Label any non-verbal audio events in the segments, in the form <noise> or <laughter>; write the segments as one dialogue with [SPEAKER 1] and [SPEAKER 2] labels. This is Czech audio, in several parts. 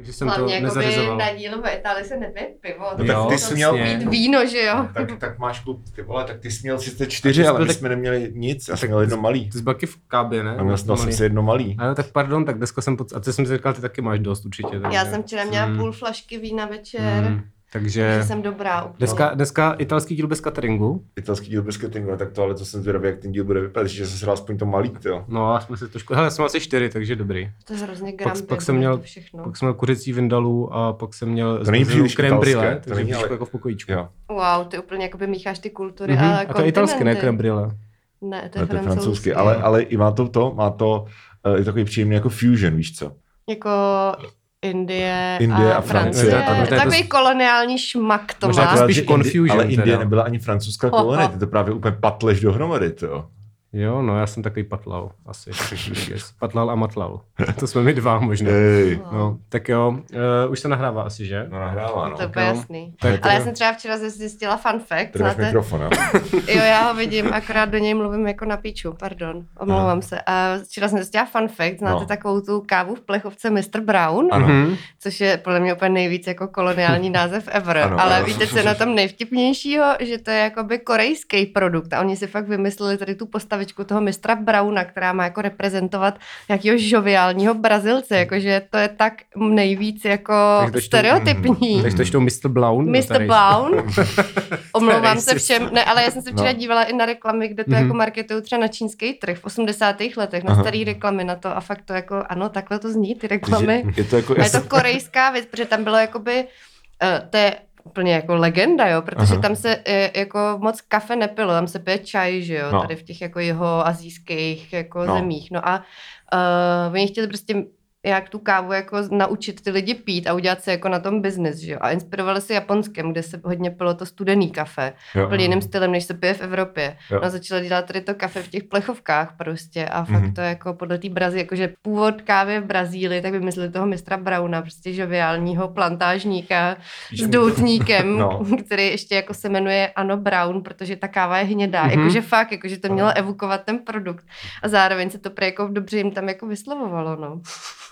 [SPEAKER 1] že jsem to
[SPEAKER 2] Hlavně jakoby
[SPEAKER 1] nezařizoval.
[SPEAKER 2] na dílu ve Itálii se nepije pivo.
[SPEAKER 3] No tak
[SPEAKER 1] Jo,
[SPEAKER 3] ty jsi měl
[SPEAKER 1] přesně.
[SPEAKER 3] být-
[SPEAKER 2] pít víno, že jo?
[SPEAKER 3] Tak, tak máš klub, ty vole, tak ty jsi měl sice
[SPEAKER 1] A
[SPEAKER 3] čtyři,
[SPEAKER 1] ty
[SPEAKER 3] ale
[SPEAKER 1] jsi
[SPEAKER 3] my
[SPEAKER 1] byl tak-
[SPEAKER 3] jsme neměli nic, já jsem měl jedno malý.
[SPEAKER 1] Ty jsi baky v kábě, ne?
[SPEAKER 3] A měl jsem- měl jsem
[SPEAKER 1] Malý.
[SPEAKER 3] si jedno malý.
[SPEAKER 1] Ano, tak pardon, tak dneska jsem pod... A ty jsem si říkal, ty taky máš dost určitě. Takže...
[SPEAKER 2] Já jsem včera měla
[SPEAKER 1] Mm.
[SPEAKER 2] půl flašky vína večer,
[SPEAKER 1] Mm, takže...
[SPEAKER 2] takže jsem dobrá úplně.
[SPEAKER 1] Dneska, dneska italský díl bez cateringu.
[SPEAKER 3] Italský díl bez cateringu, tak to ale to jsem zvědavý, jak ten díl bude vypadat, že jsem si dal aspoň to malý, jo.
[SPEAKER 1] No a jsme se trošku... Hele, jsem asi čtyři, takže dobrý.
[SPEAKER 2] To je hrozně gram
[SPEAKER 1] pak jsem měl-
[SPEAKER 2] všechno.
[SPEAKER 1] Pak jsem měl kuřecí vindalu a pak jsem měl
[SPEAKER 3] To není
[SPEAKER 1] zmrzlinu
[SPEAKER 3] příliš
[SPEAKER 1] crème brûlée,
[SPEAKER 3] italské, to
[SPEAKER 1] takže
[SPEAKER 3] není
[SPEAKER 1] trošku
[SPEAKER 3] ale-
[SPEAKER 1] jako v pokojíčku.
[SPEAKER 3] Jo.
[SPEAKER 2] Wow, ty úplně jakoby mícháš ty kultury
[SPEAKER 1] Mhm.
[SPEAKER 2] a,
[SPEAKER 1] A to je italské, ne crème
[SPEAKER 2] kontinenty.
[SPEAKER 1] brûlée.
[SPEAKER 2] Ne, to
[SPEAKER 3] Ne,
[SPEAKER 2] je
[SPEAKER 3] to je
[SPEAKER 2] francouzský.
[SPEAKER 3] francouzský, ale, ale i má to to, má to, eh, je takový příjemný jako fusion, víš co?
[SPEAKER 2] Jako Indie,
[SPEAKER 3] Indie
[SPEAKER 2] a,
[SPEAKER 3] a
[SPEAKER 2] Francie.
[SPEAKER 3] Francie.
[SPEAKER 1] Možná- možná je No, to-
[SPEAKER 2] Takový koloniální šmak to
[SPEAKER 1] Možná jako- je to
[SPEAKER 2] má.
[SPEAKER 1] spíš
[SPEAKER 3] že
[SPEAKER 1] confusion
[SPEAKER 3] ale
[SPEAKER 1] teda.
[SPEAKER 3] Indie nebyla ani francouzská
[SPEAKER 2] Ho, ho.
[SPEAKER 3] kolonie, ty to právě úplně patleš dohromady, to jo.
[SPEAKER 1] Jo, no já jsem takový patlal,
[SPEAKER 3] <laughs>
[SPEAKER 1] asi. Yes. patlal a matlal. To jsme my dva možná.
[SPEAKER 3] Ej.
[SPEAKER 1] No, tak jo, uh, už se nahrává asi, že?
[SPEAKER 3] No nahrává, no.
[SPEAKER 2] To
[SPEAKER 1] Tak
[SPEAKER 2] je
[SPEAKER 1] jo.
[SPEAKER 2] jasný.
[SPEAKER 1] Tak,
[SPEAKER 2] Ale já
[SPEAKER 1] eh,
[SPEAKER 2] jsem třeba včera zjistila fun fact,
[SPEAKER 3] Tady máš
[SPEAKER 2] znáte?
[SPEAKER 3] mikrofon,
[SPEAKER 2] <laughs>
[SPEAKER 3] jo.
[SPEAKER 2] Jo, já ho vidím, akorát do něj mluvím jako na píču, pardon, omlouvám se. A včera jsem zjistila fun fact, znáte
[SPEAKER 3] No.
[SPEAKER 2] takovou tu kávu v plechovce Mr. Brown?
[SPEAKER 3] Ano.
[SPEAKER 1] mhm.
[SPEAKER 2] což je podle mě úplně nejvíc jako
[SPEAKER 3] <laughs>
[SPEAKER 2] koloniální název ever. Ano,
[SPEAKER 3] Ano,
[SPEAKER 2] ale
[SPEAKER 3] ano.
[SPEAKER 2] víte, co je na tom nejvtipnějšího, že to je jakoby korejský produkt a oni si fakt vymysleli tady tu postavičku toho mistra Brauna, která má jako reprezentovat nějakého žoviálního Brazilce, jakože to je tak nejvíc jako
[SPEAKER 1] Takže to čtu-
[SPEAKER 3] <laughs>
[SPEAKER 2] stereotypní.
[SPEAKER 1] Takže to čtou Mr. Blown.
[SPEAKER 2] Mr.
[SPEAKER 1] Tady-
[SPEAKER 2] Brown. Omlouvám se
[SPEAKER 1] racist.
[SPEAKER 2] všem. Ne, ale já jsem se včera
[SPEAKER 3] No.
[SPEAKER 2] dívala i na reklamy, kde to
[SPEAKER 1] Mhm.
[SPEAKER 2] jako marketují třeba na čínský trh v 80. letech, na
[SPEAKER 3] Aha.
[SPEAKER 2] starý reklamy na to a fakt to jako, ano, takhle to zní, ty
[SPEAKER 3] Takže
[SPEAKER 2] reklamy.
[SPEAKER 3] Je to jako,
[SPEAKER 2] A je to korejská věc, protože tam bylo jakoby, eh, to je úplně jako legenda, jo, protože
[SPEAKER 3] Aha.
[SPEAKER 2] tam se eh, jako moc kafe nepilo, tam se pije čaj, že jo,
[SPEAKER 3] No.
[SPEAKER 2] tady v těch jako jeho azijských jako
[SPEAKER 3] No.
[SPEAKER 2] zemích. No a uh, oni chtěli prostě jak tu kávu jako naučit ty lidi pít a udělat se jako na tom biznis, že jo. A inspirovali se Japonskem, kde se hodně pilo to studený kafe
[SPEAKER 3] jo.
[SPEAKER 2] úplně jiným stylem, než se pije v Evropě.
[SPEAKER 3] Jo.
[SPEAKER 2] No začala dělat tady to kafe v těch plechovkách prostě a fakt
[SPEAKER 3] Mhm.
[SPEAKER 2] to jako podle té Brazílie, jakože původ kávy v Brazílii, tak vymysleli toho mistra Brauna, prostě žoviálního plantážníka s doutníkem,
[SPEAKER 3] No.
[SPEAKER 2] který ještě jako se jmenuje Ano Brown, protože ta káva je hnědá.
[SPEAKER 1] Mhm.
[SPEAKER 2] Jakože fakt, jakože to mělo evokovat ten produkt a zároveň se to prý jako dobře jim tam jako vyslovovalo, no.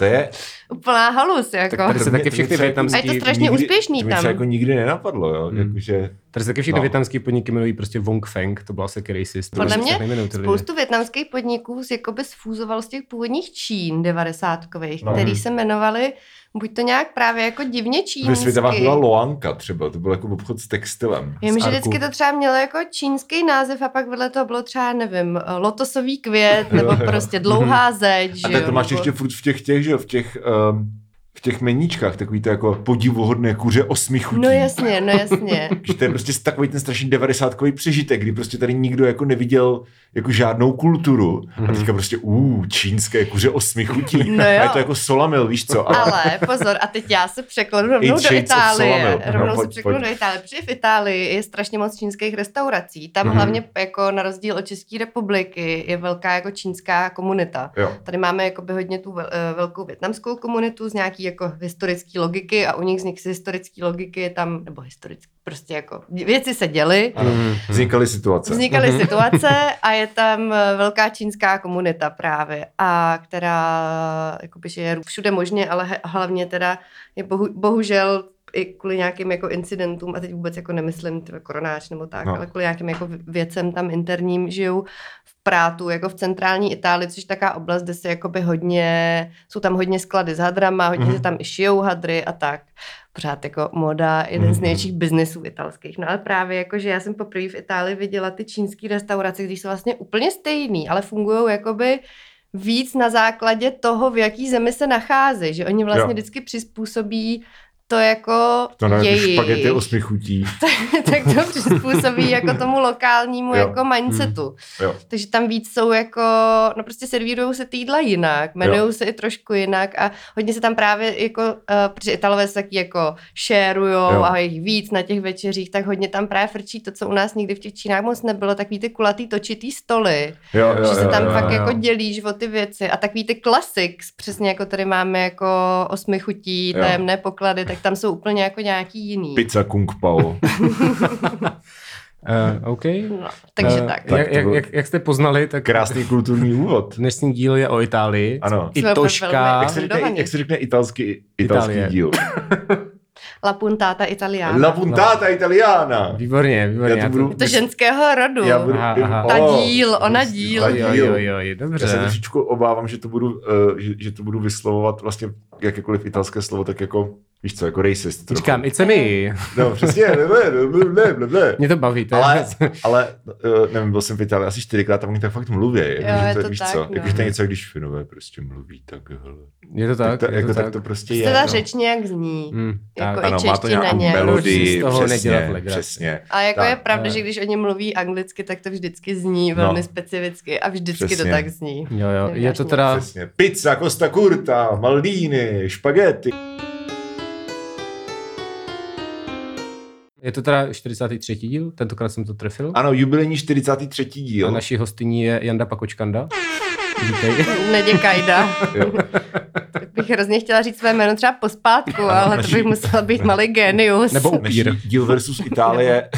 [SPEAKER 3] To je,
[SPEAKER 2] Úplná halus, jako.
[SPEAKER 1] Tak tady se
[SPEAKER 3] To mě-
[SPEAKER 1] taky
[SPEAKER 3] to mě
[SPEAKER 1] všechny
[SPEAKER 3] třeba-
[SPEAKER 2] A je to
[SPEAKER 1] větnamský
[SPEAKER 2] strašně
[SPEAKER 3] nikdy-
[SPEAKER 2] úspěšný
[SPEAKER 3] to mi
[SPEAKER 2] tam.
[SPEAKER 3] třeba jako nikdy nenapadlo, jo.
[SPEAKER 1] Hmm.
[SPEAKER 3] Jakože,
[SPEAKER 1] Tady se taky všechny
[SPEAKER 3] No.
[SPEAKER 1] větnamský podniky jmenují prostě Wong Feng, to byl asi kerejsis.
[SPEAKER 2] Podle mě
[SPEAKER 1] spoustu...
[SPEAKER 2] Spoustu větnamských podniků se jakoby sfúzovalo z těch původních Čín 90 no.
[SPEAKER 3] No.
[SPEAKER 2] který se jmenovaly buď to nějak právě jako divně
[SPEAKER 3] ve Světavách
[SPEAKER 2] čínsky.
[SPEAKER 3] byla Loanka třeba, to byl jako obchod s textilem.
[SPEAKER 2] Vím,
[SPEAKER 1] z
[SPEAKER 2] že
[SPEAKER 1] Arku.
[SPEAKER 2] vždycky to třeba mělo jako čínský název a pak vedle toho bylo třeba, nevím, eh, lotosový květ nebo
[SPEAKER 3] <laughs> Jo, jo.
[SPEAKER 2] prostě dlouhá zeď, že
[SPEAKER 3] Mhm. A tak
[SPEAKER 2] jo,
[SPEAKER 3] to máš
[SPEAKER 2] nebo-
[SPEAKER 3] ještě furt v těch těch, že jo, v těch, um, v těch meníčkách, takový to jako podivuhodné kuře osmi chutí.
[SPEAKER 2] No jasně, no jasně.
[SPEAKER 3] Že to je prostě takový ten strašný devadesátkový přežitek, kdy prostě tady nikdo jako neviděl jako žádnou kulturu. A teďka prostě, ú, čínské kuře osmi chutí.
[SPEAKER 2] No
[SPEAKER 3] a je
[SPEAKER 2] jo.
[SPEAKER 3] to jako solamil, víš co? A,
[SPEAKER 2] Ale pozor, a teď já se překladu rovnou
[SPEAKER 3] Eight
[SPEAKER 2] do
[SPEAKER 3] Shades of
[SPEAKER 2] Itálie.
[SPEAKER 3] Solamil. No,
[SPEAKER 2] Rovnou se
[SPEAKER 3] pojď,
[SPEAKER 2] překladu
[SPEAKER 3] pojď.
[SPEAKER 2] do Itálie. Protože v Itálii je strašně moc čínských restaurací. Tam
[SPEAKER 1] Mhm.
[SPEAKER 2] hlavně jako na rozdíl od České republiky je velká jako čínská komunita.
[SPEAKER 3] jo.
[SPEAKER 2] Tady máme jakoby hodně tu vel- eh, velkou větnamskou komunitu z nějaký jako historické logiky a u nich z nich z historické logiky je tam, nebo historické, prostě jako věci se děly.
[SPEAKER 3] Ano.
[SPEAKER 1] <laughs>
[SPEAKER 3] Vznikaly situace.
[SPEAKER 2] Vznikaly
[SPEAKER 1] Mhm.
[SPEAKER 2] situace a je tam eh, velká čínská komunita právě, a která eh, jakoby, že je všude možně, ale he- hlavně teda je bohu, bohužel i kvůli nějakým jako incidentům, a teď vůbec jako nemyslím tyhle koronáč nebo tak, no.
[SPEAKER 3] No.
[SPEAKER 2] ale kvůli nějakým jako věcem tam interním žijou v Prátu, jako v centrální Itálii, což je taká oblast, kde se jakoby hodně, jsou tam hodně sklady s hadrama, hodně
[SPEAKER 3] Mhm.
[SPEAKER 2] se tam i šijou hadry a tak pořád jako moda, jeden mm-hmm. z
[SPEAKER 3] Mhm.
[SPEAKER 2] největších biznesů italských. No ale právě jako, že já jsem poprvé v Itálii viděla ty čínské restaurace, když jsou vlastně úplně stejný, ale fungují jakoby víc na základě toho, v jaký zemi se nachází, že oni vlastně jo.
[SPEAKER 3] Jo.
[SPEAKER 2] vždycky přizpůsobí to jako
[SPEAKER 3] To ne,
[SPEAKER 2] jejich.
[SPEAKER 3] špagety osmi chutí.
[SPEAKER 2] <laughs> tak to přizpůsobí jako tomu lokálnímu
[SPEAKER 3] Jo. Hmm.
[SPEAKER 2] jako mindsetu.
[SPEAKER 3] Jo.
[SPEAKER 2] Takže tam víc jsou jako, no prostě servírují se ty jídla jinak, jmenují se i trošku jinak a hodně se tam právě jako, uh, protože Italové se taky jako šérujou
[SPEAKER 3] Jo.
[SPEAKER 2] a je jich víc na těch večeřích, tak hodně tam právě frčí to, co u nás nikdy v těch Čínách moc nebylo, takový ty kulatý točitý stoly,
[SPEAKER 3] Jo, jo,
[SPEAKER 2] že se
[SPEAKER 3] jo,
[SPEAKER 2] tam
[SPEAKER 3] jo,
[SPEAKER 2] fakt
[SPEAKER 3] jo.
[SPEAKER 2] jako dělí životy věci a takový ty klasik, přesně jako tady máme jako osmi chutí,
[SPEAKER 3] Jo.
[SPEAKER 2] tajemné poklady, tak tam jsou úplně jako nějaký jiný.
[SPEAKER 3] Pizza Kung Pao.
[SPEAKER 1] Uh, OK.
[SPEAKER 2] No, takže
[SPEAKER 1] Eh,
[SPEAKER 2] tak.
[SPEAKER 1] Jak,
[SPEAKER 3] to
[SPEAKER 1] jak,
[SPEAKER 3] byl-
[SPEAKER 1] jak, jak jste poznali, tak
[SPEAKER 3] Krásný kulturní úvod.
[SPEAKER 1] dnešní díl je o Itálii.
[SPEAKER 3] Ano.
[SPEAKER 2] Jsme
[SPEAKER 1] Itoška.
[SPEAKER 2] velmi-
[SPEAKER 3] Jak se řekne,
[SPEAKER 2] Fundovaný.
[SPEAKER 3] jak se řekne italský, italský
[SPEAKER 1] Itálie.
[SPEAKER 3] díl?
[SPEAKER 2] La puntata italiana.
[SPEAKER 3] La puntata italiana.
[SPEAKER 1] Výborně, výborně.
[SPEAKER 3] Já to budu-
[SPEAKER 2] Je to ženského rodu.
[SPEAKER 3] Já budu...
[SPEAKER 1] Aha, aha.
[SPEAKER 2] Ta
[SPEAKER 3] O,
[SPEAKER 2] díl, ona
[SPEAKER 3] prostě,
[SPEAKER 2] díl.
[SPEAKER 3] ta
[SPEAKER 1] Jo, jo, jo, jo, dobře.
[SPEAKER 3] Já se trošičku obávám, že to budu, uh, že, že to budu vyslovovat vlastně jakékoliv italské slovo, tak jako, víš co, jako racist. trochu.
[SPEAKER 1] Říkám, it's a me.
[SPEAKER 3] No, přesně, ne, ne, ne, ne, ne, ne.
[SPEAKER 1] Mě to baví. To je-
[SPEAKER 3] Ale, ale uh, nevím, byl jsem v Itálii asi čtyřikrát tam oni tak fakt mluví. Jako,
[SPEAKER 2] je
[SPEAKER 3] že to,
[SPEAKER 2] to
[SPEAKER 3] víš
[SPEAKER 2] tak,
[SPEAKER 3] co,
[SPEAKER 2] no.
[SPEAKER 3] jako, že to je něco, jak když Finové prostě mluví, tak, hele.
[SPEAKER 1] je to tak.
[SPEAKER 3] tak, to,
[SPEAKER 1] je
[SPEAKER 3] jako,
[SPEAKER 1] to
[SPEAKER 3] tak.
[SPEAKER 1] tak.
[SPEAKER 3] to
[SPEAKER 2] Jste
[SPEAKER 3] prostě je.
[SPEAKER 2] ta
[SPEAKER 3] no.
[SPEAKER 2] řečně jak zní.
[SPEAKER 1] Hm,
[SPEAKER 2] Jako
[SPEAKER 1] tak.
[SPEAKER 2] i
[SPEAKER 3] Ano, má to
[SPEAKER 2] čeština
[SPEAKER 3] nějakou
[SPEAKER 2] nějak.
[SPEAKER 1] Proč si
[SPEAKER 3] melodii,
[SPEAKER 1] z toho nedělat
[SPEAKER 3] přesně,
[SPEAKER 1] legraci?
[SPEAKER 3] přesně.
[SPEAKER 2] A jako
[SPEAKER 3] Tak, eh.
[SPEAKER 2] je pravda,
[SPEAKER 1] ne.
[SPEAKER 2] že když oni mluví anglicky, tak to vždycky zní velmi
[SPEAKER 3] No.
[SPEAKER 2] specificky a vždycky to
[SPEAKER 3] Přesně.
[SPEAKER 2] tak zní.
[SPEAKER 1] Jo, jo, je to teda...
[SPEAKER 3] Přesně. Pizza, costa curta, maldíny, špagety.
[SPEAKER 1] Je to teda 43. díl, tentokrát jsem to trefil.
[SPEAKER 3] Ano, jubilejní 43. díl.
[SPEAKER 1] A naší hostyní je Janda Pakočkanda. Vítej.
[SPEAKER 2] <laughs>
[SPEAKER 3] <laughs>
[SPEAKER 2] Neděkajda.
[SPEAKER 3] Jo.
[SPEAKER 2] Tak bych hrozně chtěla říct své jméno třeba pospátku, ale to
[SPEAKER 3] naši-
[SPEAKER 2] bych musela být malý
[SPEAKER 1] <laughs>
[SPEAKER 2] genius.
[SPEAKER 1] Nebo- upír.
[SPEAKER 3] Dnešní díl versus
[SPEAKER 1] <laughs>
[SPEAKER 3] Itálie.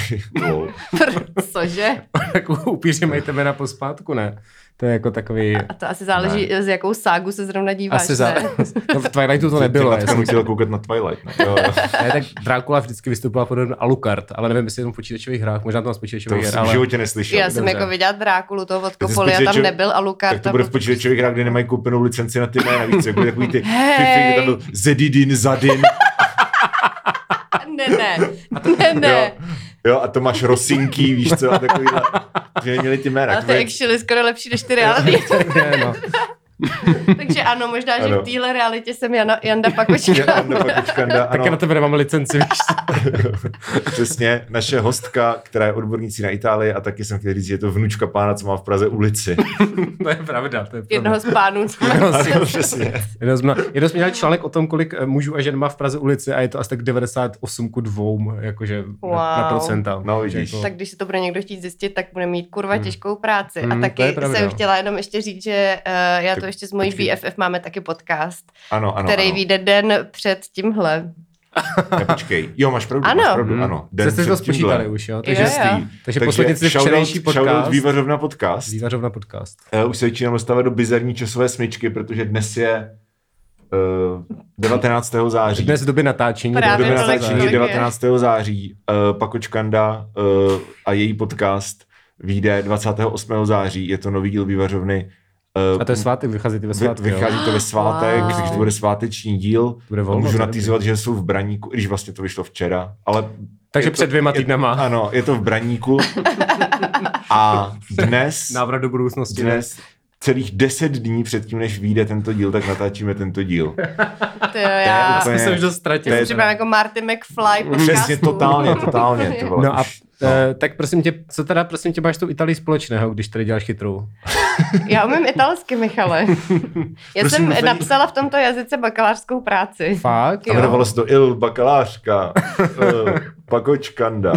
[SPEAKER 3] Jo.
[SPEAKER 2] Cože?
[SPEAKER 1] Tak upíři mají Jako tebe na pospátku, ne? To je jako takový...
[SPEAKER 2] A to asi záleží, ne. z jakou ságu se zrovna díváš,
[SPEAKER 1] Asi za...
[SPEAKER 2] ne?
[SPEAKER 1] <laughs> No, v Twilightu to nebylo.
[SPEAKER 3] Ty matka
[SPEAKER 1] jasně.
[SPEAKER 3] nutila koukat na Twilight. Ne?
[SPEAKER 1] <laughs>
[SPEAKER 3] Jo, jo.
[SPEAKER 1] Ne, tak Drákula vždycky vystupovala podobně jako Alucard, ale nevím, jestli jenom v počítačových hrách, možná to mám z
[SPEAKER 3] To
[SPEAKER 1] počítačových her,
[SPEAKER 3] jsem v
[SPEAKER 1] ale...
[SPEAKER 3] životě neslyšel.
[SPEAKER 2] Já jsem
[SPEAKER 1] dobře.
[SPEAKER 2] jako viděla Drákulu toho od
[SPEAKER 3] jsi
[SPEAKER 2] Kopoly a tam
[SPEAKER 3] počítačov-
[SPEAKER 2] nebyl Alucard.
[SPEAKER 3] Tak to bude v
[SPEAKER 2] tam-
[SPEAKER 3] počítačových hrách, kde nemají koupenou licenci na ty jména, víc, jako takový ty hey.
[SPEAKER 2] Hej.
[SPEAKER 3] tam byl Zedidin, Zadin,
[SPEAKER 2] Ne, ne, ne, ne.
[SPEAKER 3] jo, a Tomáš Rosinky, víš co, a takovýhle, že měli ty jména.
[SPEAKER 2] Ale
[SPEAKER 3] to
[SPEAKER 2] to je
[SPEAKER 3] <laughs> bude-
[SPEAKER 2] actually skoro lepší než ty reality.
[SPEAKER 1] <laughs>
[SPEAKER 2] <laughs>
[SPEAKER 3] <laughs>
[SPEAKER 1] Je, no.
[SPEAKER 2] Takže ano, možná, že
[SPEAKER 3] Ano.
[SPEAKER 2] v téhle realitě jsem Jana, Janda Pakočka.
[SPEAKER 3] Anna Pakočkanda,
[SPEAKER 1] Tak já na
[SPEAKER 3] no, ano,
[SPEAKER 1] tebe nemáme licenci, víš. <laughs>
[SPEAKER 3] přesně, naše hostka, která je odbornicí na Itálii a taky jsem chtěl říct, že je to vnučka pána, co má v Praze
[SPEAKER 2] <laughs>
[SPEAKER 3] ulici.
[SPEAKER 1] to je pravda, to je pravda.
[SPEAKER 2] <laughs> Jednoho z pánů, co
[SPEAKER 1] Jednoho
[SPEAKER 2] má
[SPEAKER 1] z-
[SPEAKER 3] <laughs> Ano, přesně.
[SPEAKER 1] Jednou jsme, jednou jsme dělali článek o tom, kolik eh, mužů a žen má v Praze ulici a je to asi tak 98 ku 2, jakože wow. na, na
[SPEAKER 2] Wow.
[SPEAKER 1] procenta. Jako-
[SPEAKER 3] No,
[SPEAKER 1] Takže
[SPEAKER 3] vidíš.
[SPEAKER 2] <laughs> tak když si to bude někdo chtít zjistit, tak bude mít kurva
[SPEAKER 3] Hmm.
[SPEAKER 2] těžkou práci.
[SPEAKER 1] Mm,
[SPEAKER 2] A
[SPEAKER 1] to je
[SPEAKER 2] taky
[SPEAKER 1] pravda.
[SPEAKER 2] jsem chtěla jenom ještě říct, že uh, já
[SPEAKER 3] Tak
[SPEAKER 2] to ještě s mojí
[SPEAKER 3] počkej.
[SPEAKER 2] BFF máme taky podcast,
[SPEAKER 3] Ano, ano,
[SPEAKER 2] který
[SPEAKER 3] ano.
[SPEAKER 2] vyjde den před tímhle.
[SPEAKER 3] Ne, počkej. Jo, máš pravdu,
[SPEAKER 2] Ano.
[SPEAKER 3] máš pravdu,
[SPEAKER 1] Mm.
[SPEAKER 3] ano.
[SPEAKER 1] Jste si to
[SPEAKER 3] před tímhle.
[SPEAKER 1] spočítali už, jo? Takže
[SPEAKER 2] Jo,
[SPEAKER 1] jste-
[SPEAKER 2] jo.
[SPEAKER 1] Takže posledně si
[SPEAKER 3] shoutout-
[SPEAKER 1] včerejší podcast.
[SPEAKER 3] shoutout Vývařovna podcast.
[SPEAKER 1] Zvířařovna podcast.
[SPEAKER 3] Uh, už se začínám dostávat do bizarní časové smyčky, protože dnes je uh, 19. září.
[SPEAKER 1] Dnes v době natáčení.
[SPEAKER 2] Právě
[SPEAKER 1] době
[SPEAKER 3] Jdeme na
[SPEAKER 2] kolik-
[SPEAKER 3] začíní
[SPEAKER 2] kolik je?
[SPEAKER 3] 19. září. Uh, Pakočkanda uh, a její podcast vyjde 28. září. Je to nový díl Vývařovny. Uh,
[SPEAKER 1] A to je svátek, vychází ty ve
[SPEAKER 3] vy-
[SPEAKER 1] svátky, jo?
[SPEAKER 3] Vychází to ve svátek,
[SPEAKER 2] Wow.
[SPEAKER 3] wow. takže to bude sváteční díl.
[SPEAKER 1] Bude
[SPEAKER 3] A
[SPEAKER 1] volno,
[SPEAKER 3] můžu
[SPEAKER 1] to je
[SPEAKER 3] natýzovat, že jsou v Braníku, i když vlastně to vyšlo včera, ale...
[SPEAKER 1] Takže
[SPEAKER 3] je to-
[SPEAKER 1] před dvěma
[SPEAKER 3] je-
[SPEAKER 1] týdnama.
[SPEAKER 3] Ano, je to v Braníku. A dnes,
[SPEAKER 1] Návrat do budoucnosti. ne?
[SPEAKER 3] dnes celých 10 dní předtím, než vyjde tento díl, tak natáčíme tento díl.
[SPEAKER 2] To jo, já
[SPEAKER 1] Já
[SPEAKER 3] úplně-
[SPEAKER 1] jsem už to
[SPEAKER 3] to je-
[SPEAKER 1] ztratil.
[SPEAKER 2] jsem třeba jako Marty McFly podcastu.
[SPEAKER 3] Přesně, totálně, totálně. To bylo
[SPEAKER 1] No a
[SPEAKER 3] už-
[SPEAKER 1] eh, tak prosím tě, co teda prosím tě máš s tou Italii společného, když tady děláš chytrou?
[SPEAKER 2] Já umím italsky,
[SPEAKER 3] <laughs>
[SPEAKER 2] Michale. Já
[SPEAKER 3] Prosím,
[SPEAKER 2] jsem
[SPEAKER 3] paní-
[SPEAKER 2] napsala v tomto jazyce bakalářskou práci.
[SPEAKER 1] Fakt?
[SPEAKER 3] a jmenovalo se to Il Bakalářka,
[SPEAKER 1] <laughs>
[SPEAKER 3] eh, Pakočkanda.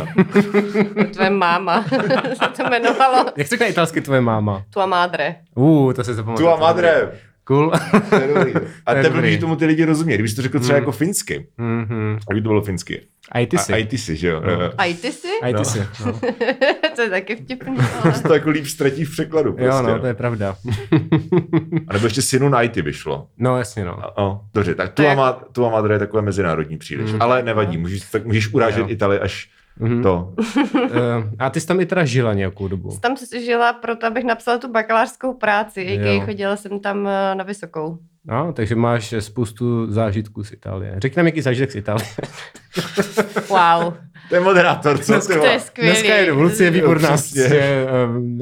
[SPEAKER 2] Tvoje máma <laughs> se to jmenovalo.
[SPEAKER 1] Jak se řekne italsky tvoje máma?
[SPEAKER 2] Tua madre.
[SPEAKER 1] Uh, to se zapamatuju.
[SPEAKER 3] Tu a madre.
[SPEAKER 1] Cool. <laughs>
[SPEAKER 3] To je dobrý. A
[SPEAKER 1] To je
[SPEAKER 3] teprve,
[SPEAKER 1] dobrý.
[SPEAKER 3] že tomu ty lidi rozumí. Kdybys to řekl třeba jako finsky,
[SPEAKER 1] Mhm.
[SPEAKER 3] tak by to bylo finsky.
[SPEAKER 1] A i ty
[SPEAKER 3] A, a
[SPEAKER 1] jsi.
[SPEAKER 3] i ty jsi, že jo?
[SPEAKER 1] No.
[SPEAKER 3] Eh,
[SPEAKER 2] A i ty jsi?
[SPEAKER 1] A i ty
[SPEAKER 3] No.
[SPEAKER 1] jsi. <laughs> no.
[SPEAKER 2] <laughs> to je taky
[SPEAKER 3] <laughs>
[SPEAKER 2] vtipný. ale-
[SPEAKER 3] To jako líp ztratí v překladu. Prostě.
[SPEAKER 1] Jo, no, to je pravda.
[SPEAKER 3] A nebo ještě synu na IT vyšlo.
[SPEAKER 1] No, jasně, no.
[SPEAKER 3] A- O, dobře, tak
[SPEAKER 2] To
[SPEAKER 3] tu
[SPEAKER 2] je-
[SPEAKER 3] má, tu Madre je takové mezinárodní příliš.
[SPEAKER 1] Mm.
[SPEAKER 3] Ale nevadí, můžeš, tak můžeš urážet
[SPEAKER 1] Jo.
[SPEAKER 3] Itálii až
[SPEAKER 1] Mhm.
[SPEAKER 3] to.
[SPEAKER 1] Eh, A ty jsi tam i teda žila nějakou dobu.
[SPEAKER 2] Tam jsem žila proto, abych napsala tu bakalářskou práci,
[SPEAKER 1] Jo.
[SPEAKER 2] i chodila jsem tam eh, na vysokou.
[SPEAKER 1] No, takže máš spoustu zážitků z Itálie. Řekni nám, jaký zážitek z Itálie.
[SPEAKER 2] Wow,
[SPEAKER 3] <laughs> To je moderátor, co ty
[SPEAKER 2] to
[SPEAKER 3] vole?
[SPEAKER 2] je skvělý.
[SPEAKER 1] Dneska No, je revoluce výborná z
[SPEAKER 3] Přesně.
[SPEAKER 1] Prostě,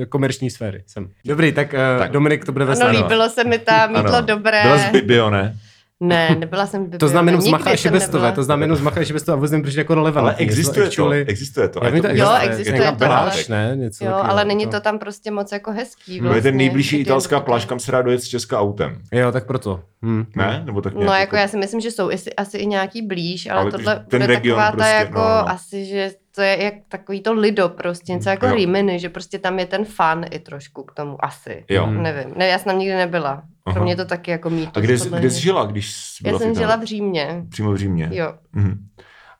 [SPEAKER 1] eh, komerční sféry. Jsem. Dobrý, tak, eh,
[SPEAKER 3] Tak.
[SPEAKER 1] Dominik, to bude
[SPEAKER 2] Ano,
[SPEAKER 1] veselé.
[SPEAKER 2] líbilo se mi tam, jídlo
[SPEAKER 3] Ano.
[SPEAKER 2] dobré.
[SPEAKER 3] Byla z Bibio, ne?
[SPEAKER 2] Ne, nebyla jsem v
[SPEAKER 1] To znám jenom z
[SPEAKER 2] Nikdy
[SPEAKER 1] Macha a
[SPEAKER 2] jsem
[SPEAKER 1] Šebestové,
[SPEAKER 2] nebyla.
[SPEAKER 1] to znám jenom z Macha a Šebestové a vůbec nepřijde jako relevantní.
[SPEAKER 3] Ale existuje
[SPEAKER 1] Jestli
[SPEAKER 3] to,
[SPEAKER 1] actually-
[SPEAKER 3] existuje to. A
[SPEAKER 1] Jak mi
[SPEAKER 3] je
[SPEAKER 1] to
[SPEAKER 3] to
[SPEAKER 2] Jo,
[SPEAKER 1] existuje?
[SPEAKER 2] existuje
[SPEAKER 1] Nějaká
[SPEAKER 3] to,
[SPEAKER 1] pláž, ne? Něco
[SPEAKER 2] Jo,
[SPEAKER 1] takového,
[SPEAKER 2] ale není to tam prostě moc jako hezký.
[SPEAKER 3] To No, je ten nejbližší
[SPEAKER 2] Kdy-
[SPEAKER 3] italská pláž, kam se dá dojet z Česka autem.
[SPEAKER 1] Jo, tak proto. Hm.
[SPEAKER 3] Ne? Nebo tak nějak
[SPEAKER 2] No jako já si myslím, že jsou asi, asi i nějaký blíž, ale,
[SPEAKER 3] Ale
[SPEAKER 2] ale
[SPEAKER 3] když-
[SPEAKER 2] tohle
[SPEAKER 3] ten
[SPEAKER 2] bude
[SPEAKER 3] region
[SPEAKER 2] taková ta
[SPEAKER 3] prostě,
[SPEAKER 2] jako
[SPEAKER 3] no, no.
[SPEAKER 2] asi, že to je jak takový to lido prostě, něco jako
[SPEAKER 3] Jo.
[SPEAKER 2] Rimini, že prostě tam je ten fan i trošku k tomu asi.
[SPEAKER 3] Jo.
[SPEAKER 2] Nevím, ne, já jsem tam nikdy nebyla. Pro
[SPEAKER 3] Hmm. Aha.
[SPEAKER 2] mě to taky jako mýtus.
[SPEAKER 3] A kde,
[SPEAKER 2] podle
[SPEAKER 3] kde
[SPEAKER 2] mě.
[SPEAKER 3] jsi žila, když jsi byla
[SPEAKER 2] Já
[SPEAKER 3] v
[SPEAKER 2] jsem
[SPEAKER 3] Itálii?
[SPEAKER 2] žila v Římě.
[SPEAKER 3] Přímo v Římě.
[SPEAKER 2] Jo.
[SPEAKER 3] Mhm.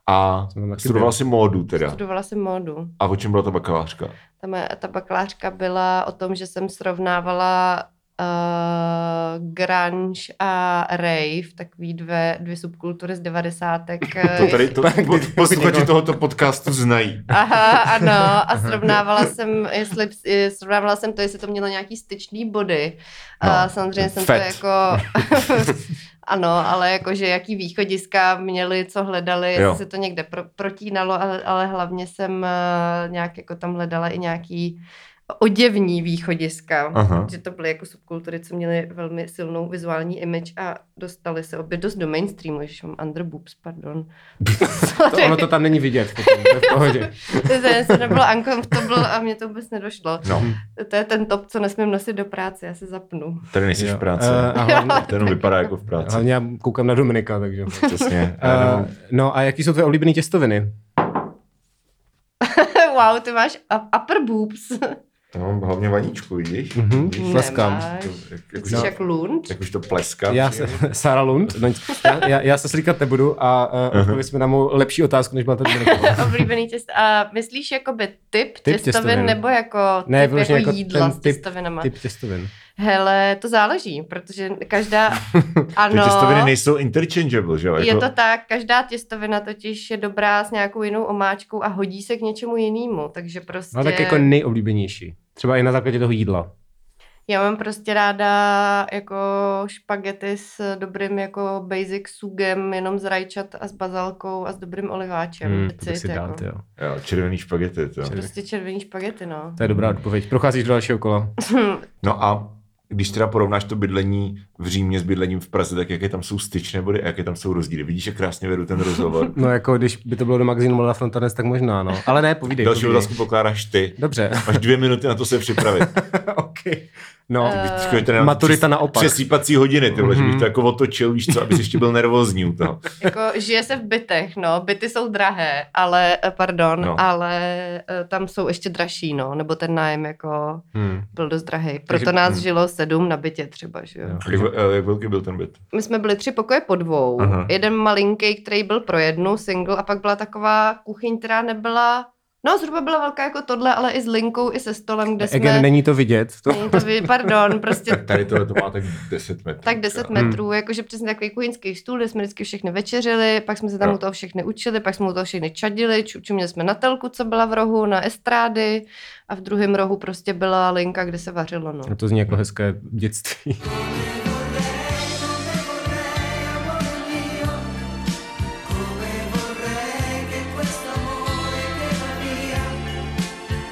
[SPEAKER 3] A
[SPEAKER 1] Jsem tam taky
[SPEAKER 3] studoval
[SPEAKER 1] byl.
[SPEAKER 3] si módu teda.
[SPEAKER 2] Studovala jsem módu.
[SPEAKER 3] A o čem byla ta bakalářka?
[SPEAKER 2] Ta, moje, ta bakalářka byla o tom, že jsem srovnávala uh, grunge a rave, takový dvě, dvě subkultury z devadesátek. eh,
[SPEAKER 3] To tady to,
[SPEAKER 1] Tak,
[SPEAKER 3] po- posluchači
[SPEAKER 1] někoho-
[SPEAKER 3] tohoto podcastu znají.
[SPEAKER 2] Aha, ano, a srovnávala jsem, jestli, eh, srovnávala jsem to, jestli to mělo nějaký styčný body. A
[SPEAKER 3] No,
[SPEAKER 2] samozřejmě jsem
[SPEAKER 1] fat.
[SPEAKER 2] to jako, <laughs> ano, ale jakože jaký východiska měli, co hledali,
[SPEAKER 3] Jo.
[SPEAKER 2] jestli se to někde pro, protínalo, ale, ale hlavně jsem eh, nějak jako tam hledala i nějaký oděvní východiska.
[SPEAKER 3] Aha.
[SPEAKER 2] Že to byly jako subkultury, co měly velmi silnou vizuální image a dostali se opět dost do mainstreamu, když mám underboobs, pardon.
[SPEAKER 1] To, ono to tam není
[SPEAKER 2] <laughs>
[SPEAKER 1] vidět, potom, to je v pohodě.
[SPEAKER 2] Zde se nebylo uncomfortable a mě to vůbec nedošlo.
[SPEAKER 3] No,
[SPEAKER 2] To je ten top, co nesmím nosit do práce, já se zapnu.
[SPEAKER 3] tady nejsi
[SPEAKER 1] Jo.
[SPEAKER 3] v práci.
[SPEAKER 1] Eh, a hlavně,
[SPEAKER 3] Ten vypadá jako v <laughs> práci.
[SPEAKER 1] hlavně já koukám na Dominika, takže...
[SPEAKER 3] Přesně. Já
[SPEAKER 1] Uh,
[SPEAKER 3] nevím.
[SPEAKER 1] no a jaký jsou tvoje oblíbené těstoviny?
[SPEAKER 2] <laughs> wow, ty máš up- upper boobs.
[SPEAKER 3] Já mám hlavně vaničku, vidíš?
[SPEAKER 1] Mhm.
[SPEAKER 3] Vidíš?
[SPEAKER 1] Ne. Tleskám.
[SPEAKER 2] Nemáš.
[SPEAKER 3] To- jak- jak
[SPEAKER 2] Ty
[SPEAKER 3] už
[SPEAKER 2] jsi
[SPEAKER 3] to-
[SPEAKER 2] jak lund.
[SPEAKER 3] Jak už to pleská.
[SPEAKER 1] Já se, <laughs> Sara Lund, no, nic. já, já, já se slíkat nebudu a uh,
[SPEAKER 3] Aha.
[SPEAKER 1] odpověď mi na mou lepší otázku, než byla ta Dominika.
[SPEAKER 2] <laughs> Oblíbený těst. A myslíš jakoby typ, typ těstovin
[SPEAKER 1] těstovin.
[SPEAKER 2] nebo jako,
[SPEAKER 1] Ne,
[SPEAKER 2] typ, jako,
[SPEAKER 1] vyloženě jako
[SPEAKER 2] jídla
[SPEAKER 1] ten
[SPEAKER 2] s
[SPEAKER 1] typ-
[SPEAKER 2] těstovinama?
[SPEAKER 1] Typ těstovin. No,
[SPEAKER 2] Hele, to záleží, protože
[SPEAKER 1] <laughs>
[SPEAKER 2] každá...
[SPEAKER 3] Ty
[SPEAKER 2] ano.
[SPEAKER 3] těstoviny nejsou interchangeable, že jo?
[SPEAKER 1] jako-
[SPEAKER 2] Je to tak, každá těstovina totiž je dobrá s nějakou jinou omáčkou a hodí se k něčemu jinému, takže prostě...
[SPEAKER 1] No tak jako nejoblíbenější. Třeba i na základě toho jídla.
[SPEAKER 2] Já mám prostě ráda jako špagety s dobrým jako basic sugem, jenom z rajčat a s bazalkou a s dobrým oliváčem.
[SPEAKER 1] Hmm,
[SPEAKER 2] That's
[SPEAKER 1] to bych
[SPEAKER 2] it,
[SPEAKER 1] si dal, ty jo.
[SPEAKER 3] Jo, červený špagety, to.
[SPEAKER 2] Prostě červený špagety, no.
[SPEAKER 1] To je dobrá odpověď. Procházíš do dalšího kola.
[SPEAKER 3] No a když teda porovnáš to bydlení v Římě s bydlením v Praze, tak jaké tam jsou styčné body a jaké tam jsou rozdíly. Vidíš, jak krásně vedu
[SPEAKER 1] <laughs>
[SPEAKER 3] ten rozhovor.
[SPEAKER 1] No jako když by to bylo do magazínu Mladá Frontanec, tak možná, no. Ale ne, povídej.
[SPEAKER 3] Další
[SPEAKER 1] povídej.
[SPEAKER 3] otázku pokládáš ty.
[SPEAKER 1] Dobře,
[SPEAKER 3] Máš dvě minuty na to se připravit.
[SPEAKER 1] <laughs> ok. No,
[SPEAKER 2] Eh,
[SPEAKER 3] Skoro teda
[SPEAKER 1] maturita
[SPEAKER 3] přes-
[SPEAKER 1] naopak.
[SPEAKER 3] Přesýpací hodiny, tyhle, mm-hmm. že bych
[SPEAKER 1] Mhm.
[SPEAKER 3] to jako otočil, víš co, abys ještě byl nervózní u toho.
[SPEAKER 2] jako žije se v bytech, no. Byty jsou drahé, ale, eh, pardon,
[SPEAKER 3] No.
[SPEAKER 2] no. ale eh, tam jsou ještě dražší, no. Nebo ten nájem jako
[SPEAKER 1] Hmm.
[SPEAKER 2] byl dost drahý. Proto
[SPEAKER 1] Takže- hmm.
[SPEAKER 2] nás
[SPEAKER 3] hm.
[SPEAKER 2] žilo sedm na bytě třeba, že jo.
[SPEAKER 1] <laughs> Jo.
[SPEAKER 3] Jak, eh, jak velký byl ten byt?
[SPEAKER 2] My jsme byli tři pokoje po dvou.
[SPEAKER 3] Aha.
[SPEAKER 2] Aha. Jeden malinký, který byl pro jednu, single, a pak byla taková kuchyň, která nebyla... No, zhruba byla velká jako tohle, ale i s linkou, i se stolem, kde
[SPEAKER 1] Again,
[SPEAKER 2] jsme...
[SPEAKER 1] není to vidět. To...
[SPEAKER 2] <laughs> Není to vy, pardon, prostě
[SPEAKER 3] Tady tohle to má tak 10 metrů.
[SPEAKER 2] tak 10
[SPEAKER 1] Hmm.
[SPEAKER 2] metrů, jakože přesně takový kuchyňský stůl, kde jsme vždycky všechny večeřili, pak jsme se tam
[SPEAKER 3] Jo.
[SPEAKER 2] u toho všechny učili, pak jsme u toho všechny čadili, ču- čuměli jsme na telku, co byla v rohu, na estrády a v druhém rohu prostě byla linka, kde se vařilo, no.
[SPEAKER 1] No to zní jako hezké dětství.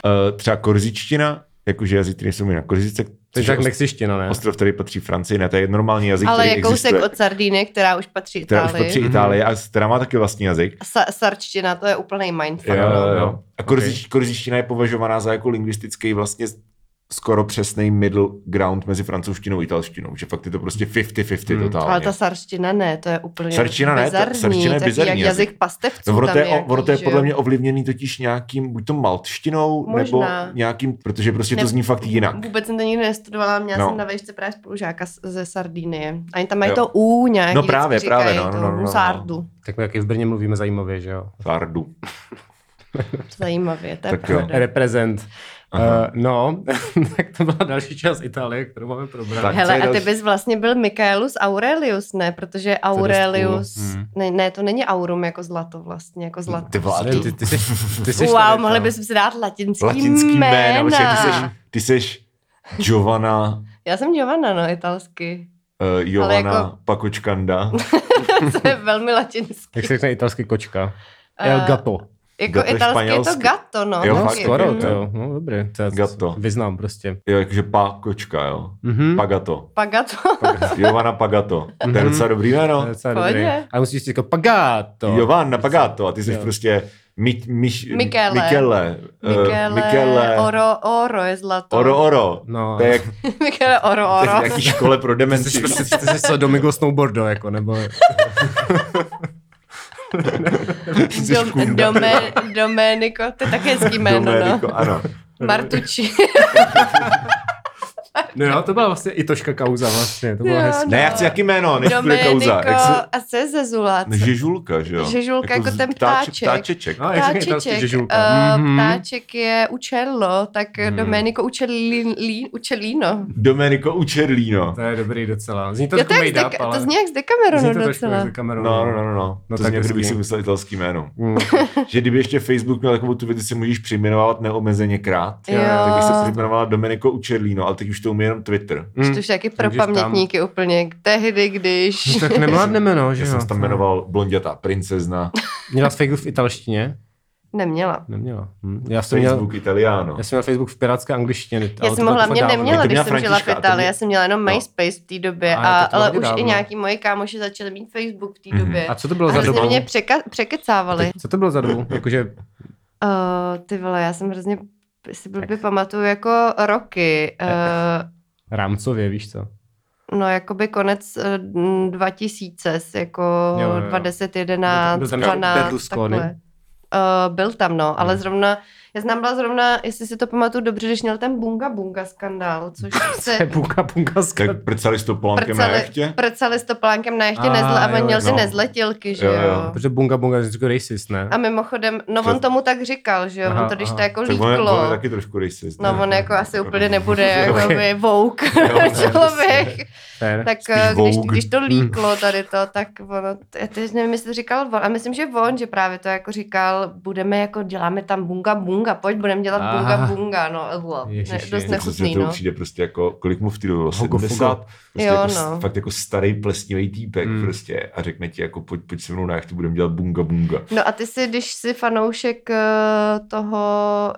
[SPEAKER 3] Uh, třeba korzičtina, jakože jazyky, které jsou mi na korzice,
[SPEAKER 1] To je
[SPEAKER 3] což je
[SPEAKER 1] tak
[SPEAKER 3] ost-
[SPEAKER 1] mexiština, ne?
[SPEAKER 3] ostrov, který patří Francii, ne, to je normální jazyk,
[SPEAKER 2] Ale
[SPEAKER 3] který
[SPEAKER 2] je kousek
[SPEAKER 3] existuje,
[SPEAKER 2] od sardíny, která už patří
[SPEAKER 3] která už
[SPEAKER 2] Itálii.
[SPEAKER 1] Mhm.
[SPEAKER 3] patří Itálii a která má taky vlastní jazyk.
[SPEAKER 2] Sa- sarčtina, to je úplný mindfuck.
[SPEAKER 3] Jo,
[SPEAKER 1] no,
[SPEAKER 3] jo, Jako jo.
[SPEAKER 1] no.
[SPEAKER 3] A korzič, korzičtina je považovaná za jako lingvistický vlastně skoro přesný middle ground mezi francouzštinou a italštinou, že fakt je to prostě 50-50
[SPEAKER 1] Hmm.
[SPEAKER 3] totálně.
[SPEAKER 2] Ale ta sarština ne, to je úplně
[SPEAKER 3] Sarština ne, ta-
[SPEAKER 2] bizarní,
[SPEAKER 3] sarština je
[SPEAKER 2] to jaký-
[SPEAKER 3] bizarní
[SPEAKER 2] jak
[SPEAKER 3] jazyk.
[SPEAKER 2] jazyk pastevců
[SPEAKER 3] No, ono
[SPEAKER 2] tam
[SPEAKER 3] to, je,
[SPEAKER 2] nějaký,
[SPEAKER 3] ono to je
[SPEAKER 2] že
[SPEAKER 3] podle
[SPEAKER 2] jo.
[SPEAKER 3] mě ovlivněný totiž nějakým, buď to maltštinou,
[SPEAKER 2] Možná.
[SPEAKER 3] nebo nějakým, protože prostě to
[SPEAKER 2] Ne-
[SPEAKER 3] zní fakt jinak.
[SPEAKER 2] Vůbec jsem to nikdy nestudovala, měla
[SPEAKER 3] No.
[SPEAKER 2] jsem na vejšce právě spolužáka z- ze Sardinie. A oni tam mají
[SPEAKER 3] Jo.
[SPEAKER 2] to U nějaký,
[SPEAKER 3] No právě,
[SPEAKER 2] vždycky říkají
[SPEAKER 3] právě, no, no,
[SPEAKER 2] to
[SPEAKER 3] no, no, no.
[SPEAKER 2] Sardu.
[SPEAKER 1] Tak my jaký v Brně mluvíme zajímavě, že jo?
[SPEAKER 3] Fardu.
[SPEAKER 2] Zajímavě, to je
[SPEAKER 3] Tak jo.
[SPEAKER 2] pravda.
[SPEAKER 1] Reprezent.
[SPEAKER 3] Aha.
[SPEAKER 1] Uh, no, <laughs> tak to byla další část Itálie, kterou máme probrat.
[SPEAKER 3] Tak. co
[SPEAKER 2] Hele,
[SPEAKER 3] je
[SPEAKER 2] a ty
[SPEAKER 3] další?
[SPEAKER 2] bys vlastně byl Michaelus Aurelius, ne? Protože Aurelius,
[SPEAKER 1] cool. Hmm.
[SPEAKER 2] ne, ne, to není aurum jako zlato vlastně, jako zlato.
[SPEAKER 3] Ty vole,
[SPEAKER 1] Ty, ty, ty, jsi, ty jsi
[SPEAKER 2] Wow, mohli bychom si dát latinský,
[SPEAKER 3] <laughs> latinský jména.
[SPEAKER 2] jména.
[SPEAKER 3] Počkej, ty seš, ty seš Giovanna,
[SPEAKER 2] Já jsem Giovanna, no, italsky. <laughs>
[SPEAKER 3] uh, Jovana
[SPEAKER 2] jako-
[SPEAKER 3] jako... Pakočkanda.
[SPEAKER 2] to je velmi latinský.
[SPEAKER 1] Jak se řekne italský kočka? El
[SPEAKER 2] Eh,
[SPEAKER 1] gato.
[SPEAKER 2] Jako
[SPEAKER 3] Gato je
[SPEAKER 2] italský je to
[SPEAKER 3] španělsky.
[SPEAKER 2] gato, no.
[SPEAKER 3] Jo,
[SPEAKER 1] No,
[SPEAKER 3] fakt,
[SPEAKER 2] taky.
[SPEAKER 1] skoro,
[SPEAKER 3] jo.
[SPEAKER 1] to jo. No, dobrý. To já
[SPEAKER 3] Gato.
[SPEAKER 1] Vyznám prostě.
[SPEAKER 3] Jo, jakože Pakočka, jo.
[SPEAKER 1] Mhm.
[SPEAKER 3] Pagato.
[SPEAKER 2] Pagato.
[SPEAKER 3] Jovana Pagato. To je
[SPEAKER 1] Mhm.
[SPEAKER 3] docela dobrý
[SPEAKER 1] To
[SPEAKER 3] jméno.
[SPEAKER 1] je docela dobrý.
[SPEAKER 2] Pohodě.
[SPEAKER 1] A musíš říkat pagato.
[SPEAKER 3] Jovanna Pagato. A ty jsi
[SPEAKER 1] Jo.
[SPEAKER 3] prostě mi, miš,
[SPEAKER 2] Michele.
[SPEAKER 3] Michele. eh,
[SPEAKER 2] Michele,
[SPEAKER 3] Michele.
[SPEAKER 2] Oro, Oro je zlato.
[SPEAKER 3] Oro, oro.
[SPEAKER 1] No.
[SPEAKER 3] To je jak
[SPEAKER 2] <laughs> Michele, Oro,
[SPEAKER 3] to je v
[SPEAKER 2] Oro.
[SPEAKER 3] nějaký škole pro
[SPEAKER 1] Ty
[SPEAKER 3] demenci.
[SPEAKER 1] jsi prostě, ty jsi co, Domingo Snowboardo, jako, nebo...
[SPEAKER 3] jsi
[SPEAKER 2] Dom,
[SPEAKER 3] škunda.
[SPEAKER 2] domé, Domenico, to je také hezký jméno, no.
[SPEAKER 3] Domenico, ano.
[SPEAKER 2] Martucci.
[SPEAKER 1] No jo, to byla vlastně i toška kauza vlastně, to bylo
[SPEAKER 2] Jo,
[SPEAKER 1] hezké.
[SPEAKER 3] Ne, já
[SPEAKER 2] No.
[SPEAKER 3] chci jaký jméno, než bude kauza.
[SPEAKER 2] Dominiko
[SPEAKER 3] Jak se...
[SPEAKER 2] a se Zezula.
[SPEAKER 3] Ne, Žežulka, že jo?
[SPEAKER 2] Žežulka jako
[SPEAKER 3] z-
[SPEAKER 2] ten
[SPEAKER 3] ptáče-
[SPEAKER 2] ptáček.
[SPEAKER 3] Ptáčeček.
[SPEAKER 1] No, jak říkají italský
[SPEAKER 2] Ptáček, uh,
[SPEAKER 1] žežulka. Mhm.
[SPEAKER 2] ptáček je učerlo, tak
[SPEAKER 3] Mhm.
[SPEAKER 2] hmm. Domenico učerlín, lín- učerlíno.
[SPEAKER 3] Domenico Učerlíno.
[SPEAKER 1] To je dobrý docela. Zní to
[SPEAKER 2] Jo,
[SPEAKER 1] jako
[SPEAKER 2] to, jak z
[SPEAKER 1] made
[SPEAKER 2] Deka,
[SPEAKER 1] up, ale...
[SPEAKER 2] to zní jak z
[SPEAKER 1] zní
[SPEAKER 2] Decameronu
[SPEAKER 1] to trošku jako
[SPEAKER 2] docela.
[SPEAKER 1] jak z Cameronu.
[SPEAKER 3] No, no, no, no, no.
[SPEAKER 1] No
[SPEAKER 3] to
[SPEAKER 1] tak
[SPEAKER 3] zní, jako kdybych
[SPEAKER 1] hezký.
[SPEAKER 3] si myslel italský jméno.
[SPEAKER 1] Mm.
[SPEAKER 3] Že kdyby ještě Facebook měl takovou tu větu, si můžeš přejmenovávat neomezeně krát.
[SPEAKER 1] Jo.
[SPEAKER 3] Tak bych se
[SPEAKER 2] Jo,
[SPEAKER 3] přejmenovala Domenico Učerlíno, ale teď už to umí jenom Twitter.
[SPEAKER 2] to už taky pro
[SPEAKER 1] Takže tam-
[SPEAKER 2] pamětníky úplně. Tehdy,
[SPEAKER 3] <laughs>
[SPEAKER 2] když...
[SPEAKER 1] Tak nemládneme, no, že
[SPEAKER 3] Já jsem
[SPEAKER 1] jo.
[SPEAKER 3] se tam jmenoval Blondětá princezna,
[SPEAKER 1] No. Měla jsi Facebook v italštině?
[SPEAKER 2] Neměla.
[SPEAKER 1] Neměla. Hm. Já jsem měl...
[SPEAKER 3] Facebook Italiano.
[SPEAKER 1] Já jsem měl Facebook v pirátské angličtině. ale
[SPEAKER 2] Já
[SPEAKER 1] to
[SPEAKER 2] jsem
[SPEAKER 1] bylo
[SPEAKER 2] ho
[SPEAKER 1] fakt
[SPEAKER 2] hlavně
[SPEAKER 1] dávno.
[SPEAKER 2] neměla,
[SPEAKER 3] To
[SPEAKER 2] když
[SPEAKER 3] měla
[SPEAKER 2] jsem žila v
[SPEAKER 3] Františka, a to
[SPEAKER 2] Itálii.
[SPEAKER 3] mě-
[SPEAKER 2] Já jsem měla jenom
[SPEAKER 3] No.
[SPEAKER 2] MySpace v té době,
[SPEAKER 1] A
[SPEAKER 2] a,
[SPEAKER 1] je to
[SPEAKER 2] ale
[SPEAKER 1] taky
[SPEAKER 2] už i
[SPEAKER 1] dávno.
[SPEAKER 2] nějaký moje kámoši začaly mít Facebook v té
[SPEAKER 3] Mhm.
[SPEAKER 2] době.
[SPEAKER 1] A co to bylo
[SPEAKER 2] A
[SPEAKER 1] za
[SPEAKER 2] hrozně
[SPEAKER 1] dobu?
[SPEAKER 2] mě překa- překecávali.
[SPEAKER 1] Co to bylo za dobu? Jakože,
[SPEAKER 2] Uh, ty vole, já jsem hrozně si blbě pamatuju jako roky. Uh,
[SPEAKER 1] rámcově, víš co?
[SPEAKER 2] no, jakoby konec eh, m, 2000, jako
[SPEAKER 1] Jo, jo, jo.
[SPEAKER 2] 2010, 11,
[SPEAKER 1] Byl tam nějaký
[SPEAKER 2] 12,
[SPEAKER 1] Berlusconi?
[SPEAKER 2] takhle. Uh, byl tam, no, ale
[SPEAKER 1] Hmm.
[SPEAKER 2] zrovna, já jsem tam byla zrovna, jestli si to pamatuju dobře, když měl ten Bunga Bunga skandál,
[SPEAKER 1] <laughs>
[SPEAKER 2] což se...
[SPEAKER 1] To je bunka, bunka, skat.
[SPEAKER 3] Tak prcali s topolánkem na
[SPEAKER 2] prcali,
[SPEAKER 3] jachtě.
[SPEAKER 2] prcali s topolánkem na jachtě
[SPEAKER 1] A,
[SPEAKER 2] nezle, a
[SPEAKER 1] jo,
[SPEAKER 2] on měl ty
[SPEAKER 3] no.
[SPEAKER 2] nezletilky, že
[SPEAKER 3] Jo,
[SPEAKER 2] jo.
[SPEAKER 3] jo.
[SPEAKER 1] Protože bunga, bunga je jako racist, ne?
[SPEAKER 2] A mimochodem, no
[SPEAKER 3] To-
[SPEAKER 2] on tomu tak říkal, že jo,
[SPEAKER 1] Aha,
[SPEAKER 2] on to když
[SPEAKER 1] aha.
[SPEAKER 2] to jako
[SPEAKER 3] Tak on je, on je
[SPEAKER 2] líklo.
[SPEAKER 3] taky trošku racist. Jako-
[SPEAKER 2] No on jako asi úplně
[SPEAKER 3] <laughs>
[SPEAKER 2] nebude
[SPEAKER 1] Ok.
[SPEAKER 2] jakoby vouk
[SPEAKER 3] Jo,
[SPEAKER 2] <laughs> člověk.
[SPEAKER 1] Fér.
[SPEAKER 2] Tak
[SPEAKER 3] Spíš
[SPEAKER 2] eh, když,
[SPEAKER 3] vouk. Hmm.
[SPEAKER 2] když to líklo tady to, tak ono, t- já teď nevím, jestli to říkal on, a myslím, že on, že právě to jako říkal, budeme jako, děláme tam bunga bunga, pojď, budeme dělat
[SPEAKER 1] Aha.
[SPEAKER 2] bunga bunga, no, blah, ne,
[SPEAKER 1] Ježiši.
[SPEAKER 2] dost
[SPEAKER 1] Tak
[SPEAKER 3] Tak se
[SPEAKER 2] nechutný,
[SPEAKER 3] to
[SPEAKER 2] no.
[SPEAKER 3] přijde prostě jako, kolik mu v té době bylo,
[SPEAKER 1] Hogo,
[SPEAKER 3] 70?
[SPEAKER 1] fogo.
[SPEAKER 3] Prostě
[SPEAKER 2] Jo,
[SPEAKER 3] jako, s-
[SPEAKER 2] no.
[SPEAKER 3] Fakt jako starý plesnivý týpek
[SPEAKER 1] Hmm.
[SPEAKER 3] prostě a řekne ti jako pojď, pojď se mnou na jachtu, budeme dělat bunga bunga.
[SPEAKER 1] <laughs>
[SPEAKER 2] No a ty si, když jsi fanoušek eh, toho,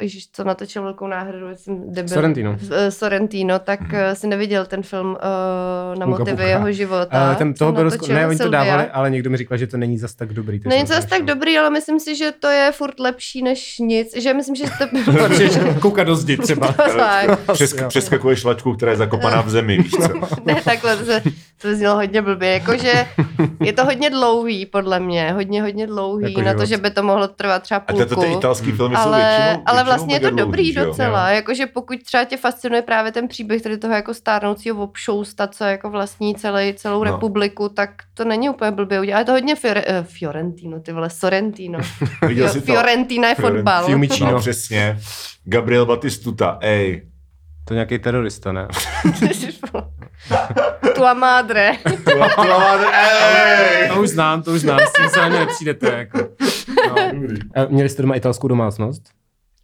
[SPEAKER 2] ježiš, co natočil velkou náhradu, já jsem debil.
[SPEAKER 1] Sorrentino. Mhm.
[SPEAKER 2] eh, Sorrentino, tak eh, si neviděl ten film eh, na
[SPEAKER 1] Bunga
[SPEAKER 2] motivy
[SPEAKER 1] Bunga.
[SPEAKER 2] jeho života.
[SPEAKER 1] A Eh, ten toho
[SPEAKER 2] co
[SPEAKER 1] Berlusconi,
[SPEAKER 2] natočil
[SPEAKER 1] ne, oni to
[SPEAKER 2] Silvia.
[SPEAKER 1] dávali, ale někdo mi říkal, že to není zas tak dobrý. takže
[SPEAKER 2] Není to
[SPEAKER 1] jsem
[SPEAKER 2] zase tak
[SPEAKER 1] našel.
[SPEAKER 2] dobrý, ale myslím si, že to je furt lepší než nic. Že myslím, že
[SPEAKER 1] <laughs>
[SPEAKER 2] to
[SPEAKER 1] Takže Koukat do zdi
[SPEAKER 3] <laughs>
[SPEAKER 1] třeba. <laughs>
[SPEAKER 2] Tak.
[SPEAKER 3] Přes,
[SPEAKER 1] jo.
[SPEAKER 3] přeskakuješ laťku, která je zakopaná v zemi,
[SPEAKER 1] <laughs>
[SPEAKER 3] víš co?
[SPEAKER 2] <laughs> ne, takhle to, se, to znělo hodně blbě. Jakože je to hodně dlouhý, podle mě. Hodně, hodně dlouhý
[SPEAKER 1] Jako
[SPEAKER 2] na to,
[SPEAKER 1] život.
[SPEAKER 2] že by to mohlo trvat třeba
[SPEAKER 3] A
[SPEAKER 2] půlku.
[SPEAKER 3] to, to ty italský filmy jsou
[SPEAKER 2] ale,
[SPEAKER 3] většinou,
[SPEAKER 2] ale
[SPEAKER 3] většinou
[SPEAKER 2] vlastně je to
[SPEAKER 3] mega dlouhý,
[SPEAKER 2] dobrý
[SPEAKER 3] že jo?
[SPEAKER 2] docela, jakože pokud třeba tě fascinuje právě ten příběh tady toho jako stárnoucího obšousta, co jako vlastní celý, celou
[SPEAKER 3] No.
[SPEAKER 2] no. republiku, tak to není úplně blbě udělat. Je to hodně Fiore, eh, Fiorentino, ty vole, Sorrentino.
[SPEAKER 3] <laughs> Viděl jsi
[SPEAKER 2] Jo,
[SPEAKER 3] to?
[SPEAKER 2] Fiorentina je
[SPEAKER 3] Fiorent-
[SPEAKER 2] fotbal. <laughs>
[SPEAKER 1] Fiumicino.
[SPEAKER 3] No, přesně. Gabriel Batistuta, ej.
[SPEAKER 1] To je nějaký terorista, ne?
[SPEAKER 2] Tua madre.
[SPEAKER 3] To- to má- ej!
[SPEAKER 1] To už znám, to už znám, s tím se ani nepřijdete.
[SPEAKER 2] <laughs>
[SPEAKER 1] Jako. No.
[SPEAKER 3] Dobrý.
[SPEAKER 1] A měli jste doma italskou domácnost?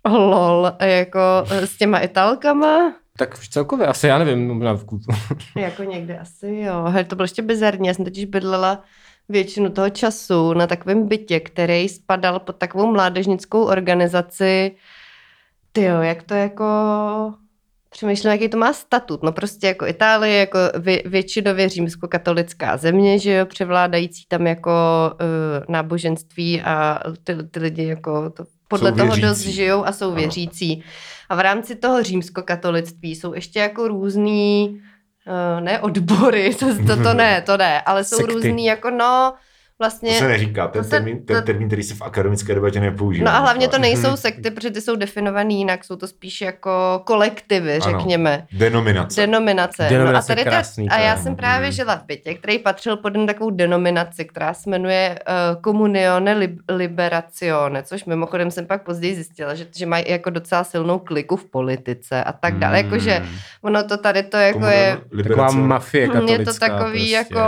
[SPEAKER 2] Lol, jako eh, s těma italkama.
[SPEAKER 1] Tak už celkově, asi já nevím, možná v kutu.
[SPEAKER 2] <laughs> Jako někde asi jo. Hele, to bylo ještě bizarní. Já jsem totiž bydlela většinu toho času na takovém bytě, který spadal pod takovou mládežnickou organizaci. Ty jo, jak to jako... Přemýšlím, jaký to má statut. No prostě jako Itálie, jako vě, většinově římskokatolická země, že jo, převládající tam jako uh, náboženství a ty, ty lidi jako to podle
[SPEAKER 3] Jsou
[SPEAKER 2] toho dost
[SPEAKER 3] věřící.
[SPEAKER 2] žijou a jsou
[SPEAKER 3] Ano.
[SPEAKER 2] věřící. A v rámci toho římskokatolictví jsou ještě jako různý Eh, ne odbory, <laughs> to, to, to ne, to ne, ale jsou
[SPEAKER 1] Sekty.
[SPEAKER 2] různý jako no,
[SPEAKER 3] To se
[SPEAKER 2] vlastně,
[SPEAKER 3] neříká, ten,
[SPEAKER 2] to se-
[SPEAKER 3] termín, ten
[SPEAKER 2] to-
[SPEAKER 3] termín, který se v akademické debatě nepoužívá.
[SPEAKER 2] no a hlavně to nejsou
[SPEAKER 1] Mhm.
[SPEAKER 2] sekty, protože ty jsou definovaný jinak, jsou to spíš jako kolektivy,
[SPEAKER 3] Ano.
[SPEAKER 2] řekněme.
[SPEAKER 3] Denominace.
[SPEAKER 2] Denominace. no a,
[SPEAKER 1] Denominace
[SPEAKER 2] tady
[SPEAKER 1] je krásný,
[SPEAKER 2] ta, a
[SPEAKER 1] to
[SPEAKER 2] já
[SPEAKER 1] je.
[SPEAKER 2] jsem právě
[SPEAKER 1] Mhm.
[SPEAKER 2] žila v bytě, který patřil pod jednu takovou denominaci, která se jmenuje uh, Comunione Lib- Liberazione, což mimochodem jsem pak později zjistila, že, že mají jako docela silnou kliku v politice a tak dále. Jakože
[SPEAKER 3] Hmm.
[SPEAKER 2] ono to tady to jako je...
[SPEAKER 1] Taková mafie
[SPEAKER 2] Hmm,
[SPEAKER 1] katolická.
[SPEAKER 2] Je to takový
[SPEAKER 1] prostě.
[SPEAKER 2] jako,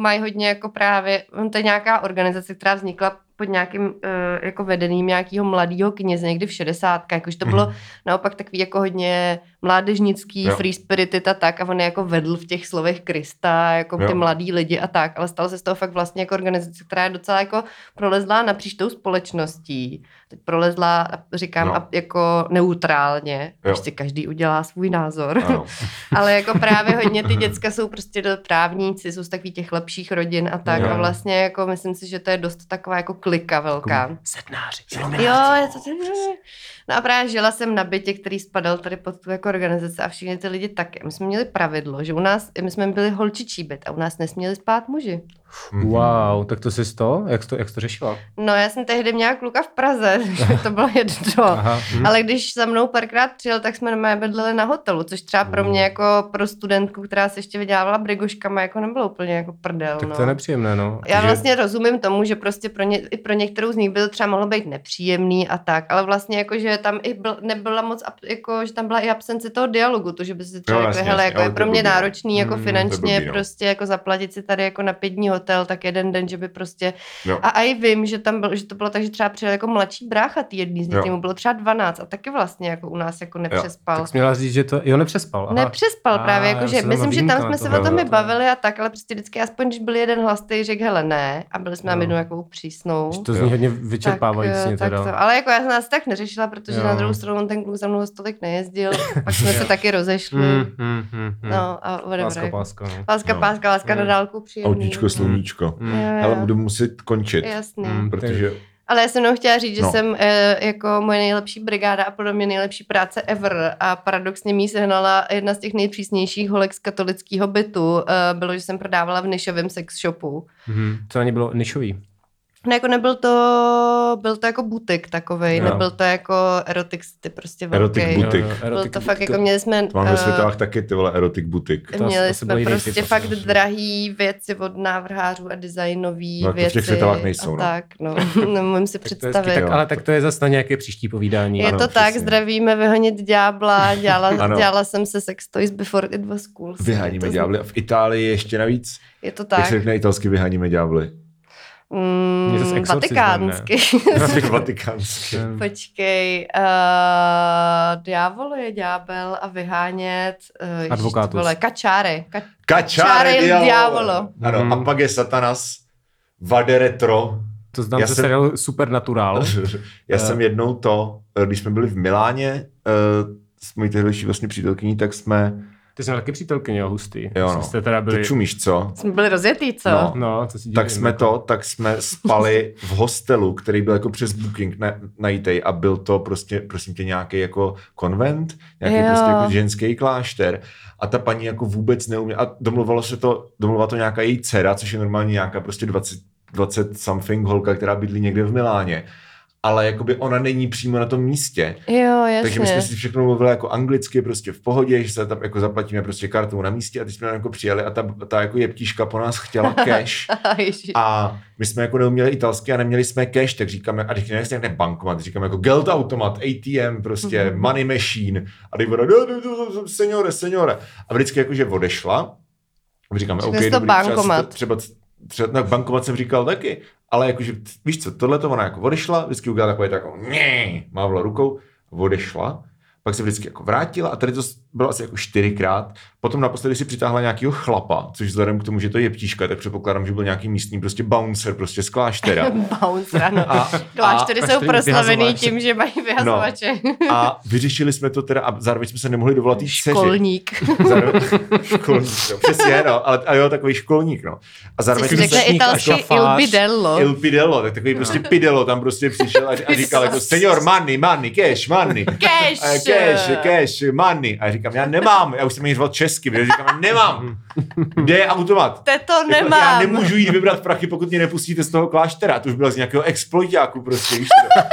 [SPEAKER 2] mají hodně jako právě, hm, to je nějaká organizace, která vznikla pod nějakým eh, jako vedením nějakého mladého kněze někdy v 60. Jakože to bylo naopak takový jako hodně mládežnický,
[SPEAKER 3] Mhm. Jo.
[SPEAKER 2] free spirited a tak a on je jako vedl v těch slovech Krista, jako
[SPEAKER 3] Jo.
[SPEAKER 2] ty mladí lidi a tak, ale stalo se z toho fakt vlastně jako organizace, která je docela jako prolezla napříč tou společností. Teď prolezla, říkám,
[SPEAKER 3] No.
[SPEAKER 2] a jako neutrálně.
[SPEAKER 3] Jo.
[SPEAKER 2] Prostě každý udělá svůj názor.
[SPEAKER 3] Ano.
[SPEAKER 2] Ale jako právě hodně ty děcka jsou prostě do právníci, jsou z takových těch lepších rodin a tak.
[SPEAKER 1] Jo.
[SPEAKER 2] A vlastně jako myslím si, že to je dost taková jako klika velká.
[SPEAKER 3] Jako
[SPEAKER 1] Sednáři.
[SPEAKER 2] Jo, já to ten... No a právě žila jsem na bytě, který spadal tady pod tu jako organizaci a všichni ty lidi taky. My jsme měli pravidlo, že u nás, my jsme byli holčičí byt a u nás nesměli spát muži.
[SPEAKER 3] Mhm.
[SPEAKER 1] Wow, tak to jsi to? Jak jsi to, jak jsi to řešila?
[SPEAKER 2] No já jsem tehdy měla kluka v Praze, <laughs> takže to bylo jedno.
[SPEAKER 1] Aha.
[SPEAKER 3] Hm.
[SPEAKER 1] mhm.
[SPEAKER 2] Ale když za mnou párkrát přijel, tak jsme normálně bydleli na hotelu, což třeba pro
[SPEAKER 3] Hm.
[SPEAKER 2] mě jako pro studentku, která se ještě vydělávala briguškama, jako nebylo úplně jako prdel.
[SPEAKER 1] Tak
[SPEAKER 2] no.
[SPEAKER 1] to je nepříjemné, no.
[SPEAKER 2] Já
[SPEAKER 1] Takže-
[SPEAKER 2] vlastně rozumím tomu, že prostě pro ně, i pro některou z nich byl třeba mohlo být nepříjemný a tak, ale vlastně jako, že tam i byl, nebyla moc, ab- jako, že tam byla i absence toho dialogu, to, že by si třeba
[SPEAKER 3] Jo,
[SPEAKER 2] no,
[SPEAKER 3] jasně,
[SPEAKER 2] řekli, hele,
[SPEAKER 3] jasně,
[SPEAKER 2] jako
[SPEAKER 3] ale
[SPEAKER 2] je
[SPEAKER 3] to
[SPEAKER 2] pro
[SPEAKER 3] je
[SPEAKER 2] mě
[SPEAKER 3] blbý, no.
[SPEAKER 2] náročný, jako
[SPEAKER 3] Mm, to je
[SPEAKER 2] finančně,
[SPEAKER 3] blbý, no.
[SPEAKER 2] prostě jako zaplatit si tady jako na pět dní hotel, tak jeden den, že by prostě,
[SPEAKER 3] Jo.
[SPEAKER 2] a a i vím, že tam byl, že to bylo tak, že třeba přijel jako mladší brácha tý jedný z nich,
[SPEAKER 3] Jo.
[SPEAKER 2] mu bylo třeba 12 a taky vlastně jako u nás jako nepřespal.
[SPEAKER 1] Tak jsi měla říct, že to... Jo, nepřespal. Aha.
[SPEAKER 2] Nepřespal
[SPEAKER 1] A,
[SPEAKER 2] právě,
[SPEAKER 1] já
[SPEAKER 2] jakože
[SPEAKER 1] jsem
[SPEAKER 2] myslím, že
[SPEAKER 1] mladínka
[SPEAKER 2] tam
[SPEAKER 1] na
[SPEAKER 2] jsme
[SPEAKER 1] to
[SPEAKER 2] se o tom
[SPEAKER 1] hledal,
[SPEAKER 2] i
[SPEAKER 1] to-
[SPEAKER 2] bavili a tak, ale prostě vždycky aspoň, když byl jeden hlas, který řekl, hele ne, a byli jsme tam
[SPEAKER 1] Jo.
[SPEAKER 2] jednou jako přísnou.
[SPEAKER 1] Už to zní
[SPEAKER 3] Jo.
[SPEAKER 1] hodně
[SPEAKER 2] Tak,
[SPEAKER 1] vyčerpávající
[SPEAKER 2] eh, tak
[SPEAKER 1] teda.
[SPEAKER 2] to, ale jako já jsem nás tak neřešila, protože
[SPEAKER 1] Jo.
[SPEAKER 2] na druhou stranu ten kluk za mnou zase tolik nejezdil,
[SPEAKER 1] <laughs>
[SPEAKER 2] pak jsme se taky rozešli.
[SPEAKER 1] Hmm, hmm, hmm, hmm.
[SPEAKER 2] No a whatever.
[SPEAKER 1] Páska,
[SPEAKER 2] jako.
[SPEAKER 1] páska, no.
[SPEAKER 2] Páska,
[SPEAKER 3] Jo.
[SPEAKER 2] páska, láska na
[SPEAKER 1] Mm.
[SPEAKER 2] dálku příjemný.
[SPEAKER 3] Autíčko, sluníčko.
[SPEAKER 1] Hmm.
[SPEAKER 2] Hm.
[SPEAKER 3] Ale budu muset končit,
[SPEAKER 2] Jasný.
[SPEAKER 1] Mm.
[SPEAKER 3] protože
[SPEAKER 2] Ale já jsem jenom chtěla říct, že
[SPEAKER 3] No.
[SPEAKER 2] no. jsem eh, jako moje nejlepší brigáda a podle mě nejlepší práce ever a paradoxně mi sehnala jedna z těch nejpřísnějších holek z katolického bytu. Eh, bylo, že jsem prodávala v nišovém sex shopu.
[SPEAKER 3] Hm.
[SPEAKER 1] Mhm. To ani bylo nišový.
[SPEAKER 2] No jako nebyl to, byl to jako butik takovej,
[SPEAKER 3] Jo.
[SPEAKER 2] no. nebyl to jako erotik city prostě velký.
[SPEAKER 3] Erotic butik.
[SPEAKER 1] Jo, jo,
[SPEAKER 2] Byl
[SPEAKER 1] erotik-
[SPEAKER 2] to fakt jako měli jsme...
[SPEAKER 3] to mám ve
[SPEAKER 2] eh,
[SPEAKER 3] světách taky ty vole erotik butik.
[SPEAKER 1] To asi-
[SPEAKER 2] Měli
[SPEAKER 1] asi byl
[SPEAKER 2] jsme
[SPEAKER 1] jiný
[SPEAKER 2] prostě
[SPEAKER 1] typ asi,
[SPEAKER 2] fakt
[SPEAKER 1] myslím.
[SPEAKER 2] drahý věci od návrhářů a designové
[SPEAKER 3] No, to v těch
[SPEAKER 2] věci.
[SPEAKER 3] světelách
[SPEAKER 2] a
[SPEAKER 3] nejsou, no.
[SPEAKER 2] tak,
[SPEAKER 3] <laughs>
[SPEAKER 2] no. Nemůžu si
[SPEAKER 1] Tak to je hezký,
[SPEAKER 2] představit.
[SPEAKER 1] tak, ale tak to je zase na nějaké příští povídání.
[SPEAKER 2] Je
[SPEAKER 3] Ano,
[SPEAKER 2] to tak,
[SPEAKER 3] přesně.
[SPEAKER 2] zdravíme, vyhonit ďábla, dělala,
[SPEAKER 3] <laughs> Ano.
[SPEAKER 2] dělala jsem se sex toys before it was cool. Je
[SPEAKER 3] Vyháníme
[SPEAKER 2] to-
[SPEAKER 3] ďábly. A v Itálii ještě navíc.
[SPEAKER 2] Je to
[SPEAKER 3] Jak
[SPEAKER 2] tak.
[SPEAKER 3] se řekne italsky vyháníme ďábly?
[SPEAKER 1] Něco s
[SPEAKER 2] Mm,
[SPEAKER 1] exorcismem,
[SPEAKER 2] vatikánsky. <laughs>
[SPEAKER 3] <laughs> Vatikánsky.
[SPEAKER 1] Eh,
[SPEAKER 2] Počkej, uh, ďávol je ďábel a vyhánět uh,
[SPEAKER 1] Advokátus.
[SPEAKER 2] Vole, kačáry. Ka- Čáry
[SPEAKER 3] Kačáre
[SPEAKER 2] il
[SPEAKER 3] diavolo.
[SPEAKER 2] diavolo.
[SPEAKER 3] Ano,
[SPEAKER 1] Mhm.
[SPEAKER 3] a pak je satanas. Vade retro.
[SPEAKER 1] To znám
[SPEAKER 3] Já
[SPEAKER 1] ze
[SPEAKER 3] jsem-
[SPEAKER 1] seriálu
[SPEAKER 3] <laughs>
[SPEAKER 1] Supernatural.
[SPEAKER 3] Já
[SPEAKER 1] Eh.
[SPEAKER 3] jsem jednou to, eh, když jsme byli v Miláně eh, s mojí tehdejší vlastně přítelkyní, tak jsme,
[SPEAKER 1] Ty jsi měl taky přítelkyně, jo, hustý.
[SPEAKER 3] Jo, no.
[SPEAKER 1] Jsme Jste teda
[SPEAKER 3] to
[SPEAKER 1] byli...
[SPEAKER 3] čumíš, co?
[SPEAKER 2] Jsme byli rozjetý, co?
[SPEAKER 3] No.
[SPEAKER 1] No, co si divím,
[SPEAKER 3] Tak jsme
[SPEAKER 1] jako.
[SPEAKER 3] to, tak jsme spali v hostelu, který byl jako přes booking na, najítej a byl to prostě, prosím tě, nějaký jako konvent, nějaký
[SPEAKER 2] Jo.
[SPEAKER 3] prostě jako ženský klášter a ta paní jako vůbec neuměla, a domluvalo se to, domluvila to nějaká její dcera, což je normálně nějaká prostě 20, 20 something holka, která bydlí někde v Miláně, ale jakoby ona není přímo na tom místě,
[SPEAKER 2] Jo, jasně.
[SPEAKER 3] takže my jsme si všechno mluvili jako anglicky, prostě v pohodě, že se tam jako zaplatíme prostě kartou na místě a teď jsme tam jako přijeli a ta, ta jako jeptíška po
[SPEAKER 2] <laughs>
[SPEAKER 3] nás chtěla cash
[SPEAKER 2] Ježiš.
[SPEAKER 3] a my jsme jako neuměli italsky a neměli jsme cash, tak říkáme, a teď nejsem nějaký bankomat, říkáme jako geld automat, ATM, prostě
[SPEAKER 2] Mhm.
[SPEAKER 3] money machine a teď ona, "No, no, no, no, seniore, seniore a vždycky jakože odešla a my říkáme,
[SPEAKER 2] Řekli
[SPEAKER 3] OK,
[SPEAKER 2] jste
[SPEAKER 3] dobrý, třeba,
[SPEAKER 2] bankomat.
[SPEAKER 3] třeba, třeba na bankomat jsem říkal taky, ale jakože, víš co, tohle to ona jako odešla, vždycky udělala takové jako, ne, mávla rukou, odešla, pak se vždycky jako vrátila a tady to s- bylo asi jako čtyřikrát. Potom naposledy si přitáhla nějakého chlapa, což vzhledem k tomu, že to je ptíška, tak předpokládám, že byl nějaký místní prostě bouncer prostě z kláštera.
[SPEAKER 2] Bounce, ano.
[SPEAKER 3] A, a,
[SPEAKER 2] Kláštery jsou
[SPEAKER 1] kláštery
[SPEAKER 2] proslavený
[SPEAKER 1] vyhazovače.
[SPEAKER 2] tím, že mají
[SPEAKER 3] No.
[SPEAKER 2] vyhazovače.
[SPEAKER 3] a vyřešili jsme to teda a zároveň jsme se nemohli dovolat té dceři. <laughs>
[SPEAKER 2] Školník.
[SPEAKER 3] Zároveň, školník, no, přesně, no, ale, ale jo, takový školník, no. A zároveň
[SPEAKER 2] Si
[SPEAKER 1] Což
[SPEAKER 3] jsme
[SPEAKER 2] řekne
[SPEAKER 3] se...
[SPEAKER 1] Školník a
[SPEAKER 2] italský
[SPEAKER 1] šlafář.
[SPEAKER 2] Ilbidello.
[SPEAKER 3] Il Pidello, tak takový prostě Pidello tam prostě přišel a, a říkal jako senior money, money, cash, money.
[SPEAKER 2] Cash!
[SPEAKER 3] A Eh, cash, cash, money. A já říkám, já nemám. Já už jsem jí řval česky, protože říkám, já nemám. Kde je automat?
[SPEAKER 2] Teto
[SPEAKER 3] Jako, Já
[SPEAKER 2] nemám.
[SPEAKER 3] nemůžu jít vybrat prachy, pokud mě nepustíte z toho kláštera. To už byla z nějakého exploitáku prostě, víš to.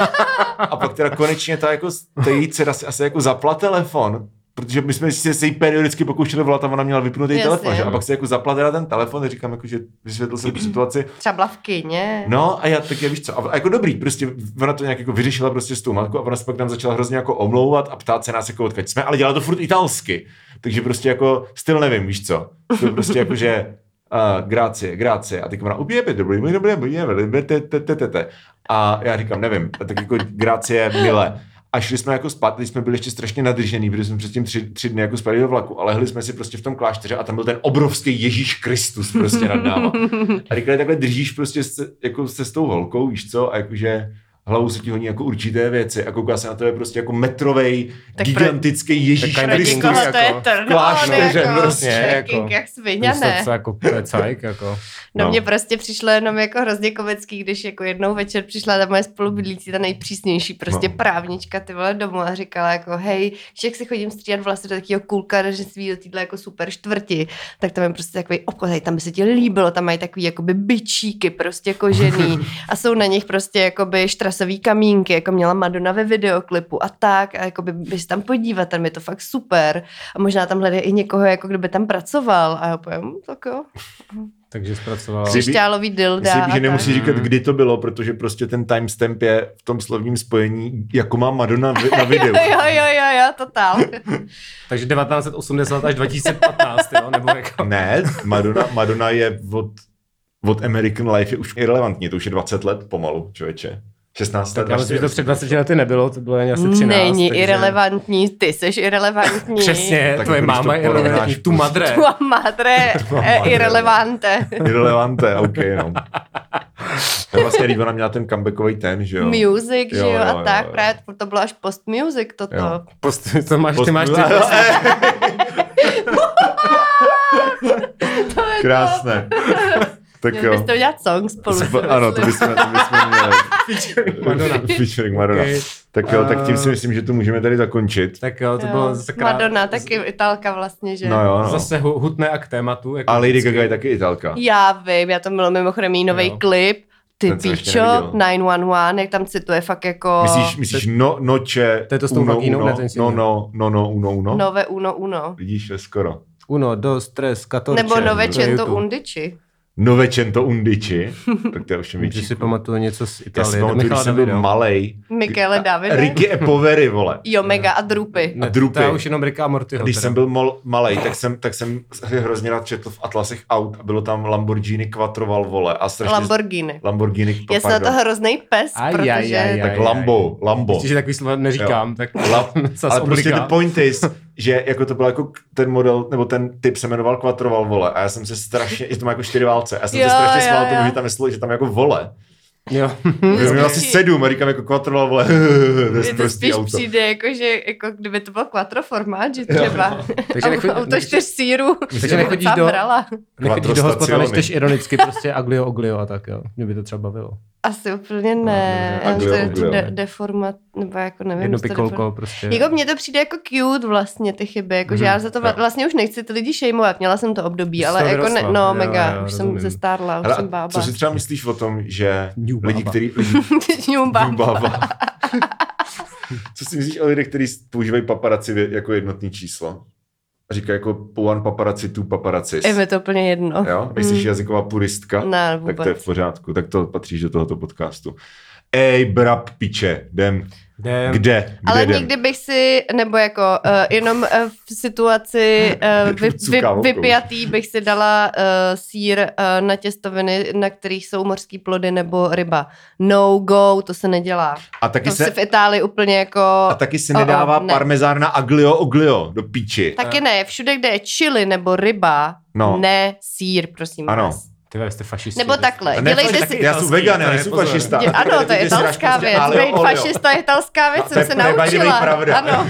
[SPEAKER 3] A pak teda konečně ta, jako, ta její dcera si asi jako zapla telefon, protože my jsme si se jí periodicky pokoušeli volat a ona měla vypnutý
[SPEAKER 2] Jasně.
[SPEAKER 3] telefon, že? A pak si jako zapla teda ten telefon a říkám, jako, že vysvětlil jsem tu situaci.
[SPEAKER 2] Třeba byla v kyně.
[SPEAKER 3] No a já tak já víš co, a, a jako dobrý, prostě ona to nějak jako vyřešila prostě s tou matkou a ona se pak nám začala hrozně jako omlouvat a ptát se nás jako odkud jsme, ale dělala to furt italsky, takže prostě jako styl nevím, víš co, to je prostě jako že uh, grácie, grácie a teď ona ubijeme, dobrý, my dobré, my dobré, te, te, te, te, te. a já říkám, nevím, a tak jako grácie, milé. A šli jsme jako spát, teď jsme byli ještě strašně nadržený, protože jsme předtím tři, tři dny jako spali do vlaku, ale hli jsme si prostě v tom klášteře a tam byl ten obrovský Ježíš Kristus prostě nad náma. A říkali, takhle držíš prostě se, jako se s tou holkou, víš co, a jakože hlavou se ti honí jako určité věci a kouká se na tebe prostě jako metrovej,
[SPEAKER 2] Tak pro-
[SPEAKER 3] gigantický Ježíš
[SPEAKER 1] Tak
[SPEAKER 3] Kristus.
[SPEAKER 1] Františka-
[SPEAKER 2] Františkovi to je
[SPEAKER 1] jako
[SPEAKER 2] trn.
[SPEAKER 3] klášteře,
[SPEAKER 2] on jako
[SPEAKER 3] prostě,
[SPEAKER 2] šrekink
[SPEAKER 1] jako.
[SPEAKER 2] jak sviňané.
[SPEAKER 1] Co jako to je cajk, jako.
[SPEAKER 2] No,
[SPEAKER 3] No.
[SPEAKER 2] no. mě prostě přišlo jenom jako hrozně komický, když jako jednou večer přišla ta moje spolubydlící, ta nejpřísnější prostě
[SPEAKER 3] No.
[SPEAKER 2] no. právnička ty vole domů a říkala jako hej, že jak si chodím střídat vlasy do takového kulka, že svý do týhle jako super čtvrti, tak tam je prostě takový obchod, hej, tam by se ti líbilo, tam mají takový jakoby byčíky prostě <laughs> kožený a jsou na nich prostě jakoby štrasový kamínky, jako měla Madonna ve videoklipu a tak a jakoby bys tam podívat, tam je to fakt super a možná tam hledají i někoho, jako kdo by tam pracoval a já povím, "Hm, tak jo,
[SPEAKER 1] Takže zpracoval.
[SPEAKER 3] Kři-
[SPEAKER 2] křišťálový dilda.
[SPEAKER 3] Myslím, že
[SPEAKER 2] a
[SPEAKER 1] tak.
[SPEAKER 3] nemusí říkat, kdy to bylo, protože prostě ten timestamp je v tom slovním spojení, jako má Madonna vi- na
[SPEAKER 2] tak.
[SPEAKER 3] videu.
[SPEAKER 2] <laughs> Jo, jo, jo, jo,
[SPEAKER 3] <laughs>
[SPEAKER 2] totál.
[SPEAKER 1] Takže 1980 až 2015, jo?
[SPEAKER 3] <laughs>
[SPEAKER 1] Nebo jako...
[SPEAKER 3] Ne, Madonna, Madonna je od, od American Life je už irrelevantní, to už je 20 let pomalu, člověče. 16 let.
[SPEAKER 1] Tak já myslím, že to
[SPEAKER 3] 20.
[SPEAKER 1] před 20 lety nebylo, to bylo ani asi 13.
[SPEAKER 2] Není
[SPEAKER 1] takže-
[SPEAKER 2] irrelevantní, ty seš irrelevantní.
[SPEAKER 1] Přesně,
[SPEAKER 3] Tak
[SPEAKER 1] tvoje
[SPEAKER 3] když to
[SPEAKER 1] máma je
[SPEAKER 3] porovnáš
[SPEAKER 1] irrelevantní, tu
[SPEAKER 3] prostě.
[SPEAKER 1] madre.
[SPEAKER 2] Tua
[SPEAKER 3] <laughs>
[SPEAKER 2] madre eh,
[SPEAKER 3] madre.
[SPEAKER 2] irrelevante.
[SPEAKER 3] Irrelevante, OK, no. Já vlastně líbí, ona měla ten comeback ten, že jo.
[SPEAKER 2] Music, že
[SPEAKER 3] Jo,
[SPEAKER 2] jo,
[SPEAKER 3] jo,
[SPEAKER 2] a
[SPEAKER 3] jo,
[SPEAKER 2] tak.
[SPEAKER 3] jo.
[SPEAKER 2] Právě to bylo až post music toto.
[SPEAKER 3] Jo.
[SPEAKER 2] <laughs>
[SPEAKER 1] Post, to máš, ty
[SPEAKER 3] <laughs>
[SPEAKER 1] máš ty
[SPEAKER 3] Krásné. <laughs> Tak
[SPEAKER 2] Měli
[SPEAKER 3] jo.
[SPEAKER 2] byste udělat song spolu. si
[SPEAKER 3] Sp- ano, to
[SPEAKER 2] myslím.
[SPEAKER 3] bychom, to bychom měli. <laughs>
[SPEAKER 1] Madonna.
[SPEAKER 3] Featuring Madonna.
[SPEAKER 1] Okay.
[SPEAKER 3] Tak jo, tak tím si myslím, že to můžeme tady zakončit.
[SPEAKER 1] Tak jo, to
[SPEAKER 2] Jo.
[SPEAKER 1] bylo zase krát...
[SPEAKER 2] Madonna, taky italka vlastně, že?
[SPEAKER 3] No jo, no.
[SPEAKER 1] Zase hu- hutné a k tématu. Jako
[SPEAKER 3] A Lady
[SPEAKER 1] vždycky.
[SPEAKER 3] Gaga je taky italka.
[SPEAKER 2] Já vím, já to bylo mimochodem její
[SPEAKER 1] Jo.
[SPEAKER 2] nový klip. Ty
[SPEAKER 3] Ten jsem ještě
[SPEAKER 2] pičo,
[SPEAKER 3] neviděl.
[SPEAKER 2] 911, jak tam cituje fakt jako...
[SPEAKER 3] Myslíš, myslíš no, noče,
[SPEAKER 1] To je to s tou
[SPEAKER 3] uno,
[SPEAKER 1] vagínou,
[SPEAKER 3] uno,
[SPEAKER 1] ne, to nic
[SPEAKER 3] no,
[SPEAKER 1] jiného.
[SPEAKER 3] no, no, no, uno, uno.
[SPEAKER 2] Nové uno uno.
[SPEAKER 3] Vidíš, to je skoro.
[SPEAKER 1] Uno, dos, tres, katorče.
[SPEAKER 2] Nebo Novečen to
[SPEAKER 1] YouTube.
[SPEAKER 2] Undiči.
[SPEAKER 3] Novečento No undiči, tak to je ovšem
[SPEAKER 1] Víš, jako- že
[SPEAKER 3] větší.
[SPEAKER 1] si pamatuju něco z
[SPEAKER 3] Já si
[SPEAKER 1] Itálie.
[SPEAKER 3] pamatuju, když jsem byl malej.
[SPEAKER 2] Michele Davide.
[SPEAKER 3] Ricky
[SPEAKER 2] <laughs>
[SPEAKER 3] Epovery, vole.
[SPEAKER 2] Jo, mega a drupy.
[SPEAKER 1] a
[SPEAKER 3] drupy.
[SPEAKER 1] drupy. už jenom Rika a Mortyho.
[SPEAKER 3] Když
[SPEAKER 1] teda.
[SPEAKER 3] jsem byl mol, malej, tak jsem, tak jsem hrozně rád četl v atlasech aut a bylo tam Lamborghini Quattroval, vole. A strašně...
[SPEAKER 2] Lamborghini.
[SPEAKER 3] Lamborghini,
[SPEAKER 2] Já jsem na to
[SPEAKER 3] pardon.
[SPEAKER 2] hrozný pes,
[SPEAKER 1] Aj,
[SPEAKER 2] protože...
[SPEAKER 1] aj, aj, aj.
[SPEAKER 3] Tak Lambo, Lambo.
[SPEAKER 1] Ještě, že takový slovo neříkám, tak <laughs>
[SPEAKER 3] <laughs> La,
[SPEAKER 1] zas
[SPEAKER 3] ale prostě the
[SPEAKER 1] obliga.
[SPEAKER 3] point is, že jako to byl jako k- ten model, nebo ten typ se jmenoval Quattroval vole a já jsem se strašně, že to má jako čtyři válce, a já jsem
[SPEAKER 2] Jo,
[SPEAKER 3] se strašně
[SPEAKER 2] jo,
[SPEAKER 3] smál tomu,
[SPEAKER 2] jo.
[SPEAKER 3] že tam je slovo, že tam je jako vole.
[SPEAKER 1] Jo.
[SPEAKER 3] Já jsem měl asi
[SPEAKER 2] spíš-
[SPEAKER 3] sedm a říkám jako Quattroval vole, <laughs> to
[SPEAKER 2] Mně
[SPEAKER 3] je
[SPEAKER 2] Hm? to
[SPEAKER 3] prostě
[SPEAKER 2] spíš
[SPEAKER 3] auto.
[SPEAKER 2] přijde, jako, že, jako kdyby to bylo quattroformát, že třeba
[SPEAKER 1] <laughs> Takže nechodí-
[SPEAKER 2] auto
[SPEAKER 1] nechodí-
[SPEAKER 2] čtyř sírů.
[SPEAKER 1] Takže nechodíš
[SPEAKER 2] Sám
[SPEAKER 1] do-
[SPEAKER 2] brala.
[SPEAKER 1] Nechodíš do
[SPEAKER 3] Quattro
[SPEAKER 1] hospody, než
[SPEAKER 3] stazioni.
[SPEAKER 1] tež ironicky prostě aglio, oglio a tak jo. Mě by to třeba bavilo.
[SPEAKER 2] Asi úplně ne.
[SPEAKER 1] No,
[SPEAKER 2] Já
[SPEAKER 1] dobře.
[SPEAKER 2] už to je
[SPEAKER 3] Aglio,
[SPEAKER 2] tu
[SPEAKER 3] aglio.
[SPEAKER 2] de- deformat, nebo jako nevím.
[SPEAKER 1] Jedno
[SPEAKER 2] co to deform-
[SPEAKER 1] pikolko prostě.
[SPEAKER 2] Jako mně to přijde jako cute vlastně ty chyby, jako, že
[SPEAKER 1] Mhm,
[SPEAKER 2] já za to
[SPEAKER 3] jo.
[SPEAKER 2] vla- vlastně už nechci ty lidi shameovat, měla jsem to období,
[SPEAKER 1] Jsi toho
[SPEAKER 2] ale jako ne,
[SPEAKER 1] vyrostla.
[SPEAKER 2] no
[SPEAKER 1] Jo,
[SPEAKER 2] mega,
[SPEAKER 1] jo,
[SPEAKER 2] už
[SPEAKER 1] rozumím.
[SPEAKER 2] jsem zestárla, už
[SPEAKER 3] Hele,
[SPEAKER 2] jsem
[SPEAKER 3] a
[SPEAKER 2] bába.
[SPEAKER 3] co
[SPEAKER 2] <laughs>
[SPEAKER 3] si třeba myslíš o tom, že
[SPEAKER 1] New
[SPEAKER 3] lidi,
[SPEAKER 1] baba.
[SPEAKER 3] který... Lidi,
[SPEAKER 2] New
[SPEAKER 3] New
[SPEAKER 2] bába. <laughs>
[SPEAKER 3] baba. Co si myslíš o lidech, kteří používají paparaci vě- jako jednotný číslo? A říkají jako one paparaci, two paparacis.
[SPEAKER 2] Je mi to úplně jedno.
[SPEAKER 3] Jo? Nejsi jazyková puristka?
[SPEAKER 2] Hmm. Ne,
[SPEAKER 3] Tak to je
[SPEAKER 2] vůbec.
[SPEAKER 3] v pořádku, tak to patříš do tohoto podcastu. Ej, brab, piče, jdem.
[SPEAKER 1] Jdem.
[SPEAKER 3] Kde? Kde
[SPEAKER 2] Ale
[SPEAKER 3] jdem?
[SPEAKER 2] někdy bych si, nebo jako uh,
[SPEAKER 3] <laughs>
[SPEAKER 2] jenom uh, v situaci uh,
[SPEAKER 3] Jako
[SPEAKER 2] vy, vy,
[SPEAKER 3] Cukávou
[SPEAKER 2] vypjatý bych si dala uh, sír uh, na těstoviny, na kterých jsou mořský plody nebo ryba. No go, to se nedělá.
[SPEAKER 3] A taky
[SPEAKER 2] To se
[SPEAKER 3] se,
[SPEAKER 2] v Itálii úplně jako...
[SPEAKER 3] a taky se
[SPEAKER 2] O, o,
[SPEAKER 3] nedává
[SPEAKER 2] ne.
[SPEAKER 3] parmezán na aglio oglio do piči.
[SPEAKER 2] Taky ne, všude, kde je chili nebo ryba,
[SPEAKER 3] No.
[SPEAKER 2] ne sír, prosím
[SPEAKER 3] Ano.
[SPEAKER 2] vás.
[SPEAKER 1] Ty vole, jste fašisti.
[SPEAKER 2] Nebo takhle,
[SPEAKER 1] A
[SPEAKER 2] dělejte
[SPEAKER 1] to je
[SPEAKER 2] si-
[SPEAKER 1] taky
[SPEAKER 3] Já jsem
[SPEAKER 1] italský,
[SPEAKER 3] vegan,
[SPEAKER 1] to
[SPEAKER 3] já
[SPEAKER 1] je
[SPEAKER 3] nejsem
[SPEAKER 1] pozor.
[SPEAKER 3] fašista.
[SPEAKER 2] Dě, ano, to je
[SPEAKER 3] Ty si dáš
[SPEAKER 2] italská
[SPEAKER 3] prostě
[SPEAKER 2] věc.
[SPEAKER 3] alio
[SPEAKER 2] Být
[SPEAKER 3] olio.
[SPEAKER 2] fašista je italská věc,
[SPEAKER 3] No,
[SPEAKER 2] jsem
[SPEAKER 3] to
[SPEAKER 2] se
[SPEAKER 3] je by the way
[SPEAKER 2] naučila.
[SPEAKER 3] pravda.
[SPEAKER 2] Ano.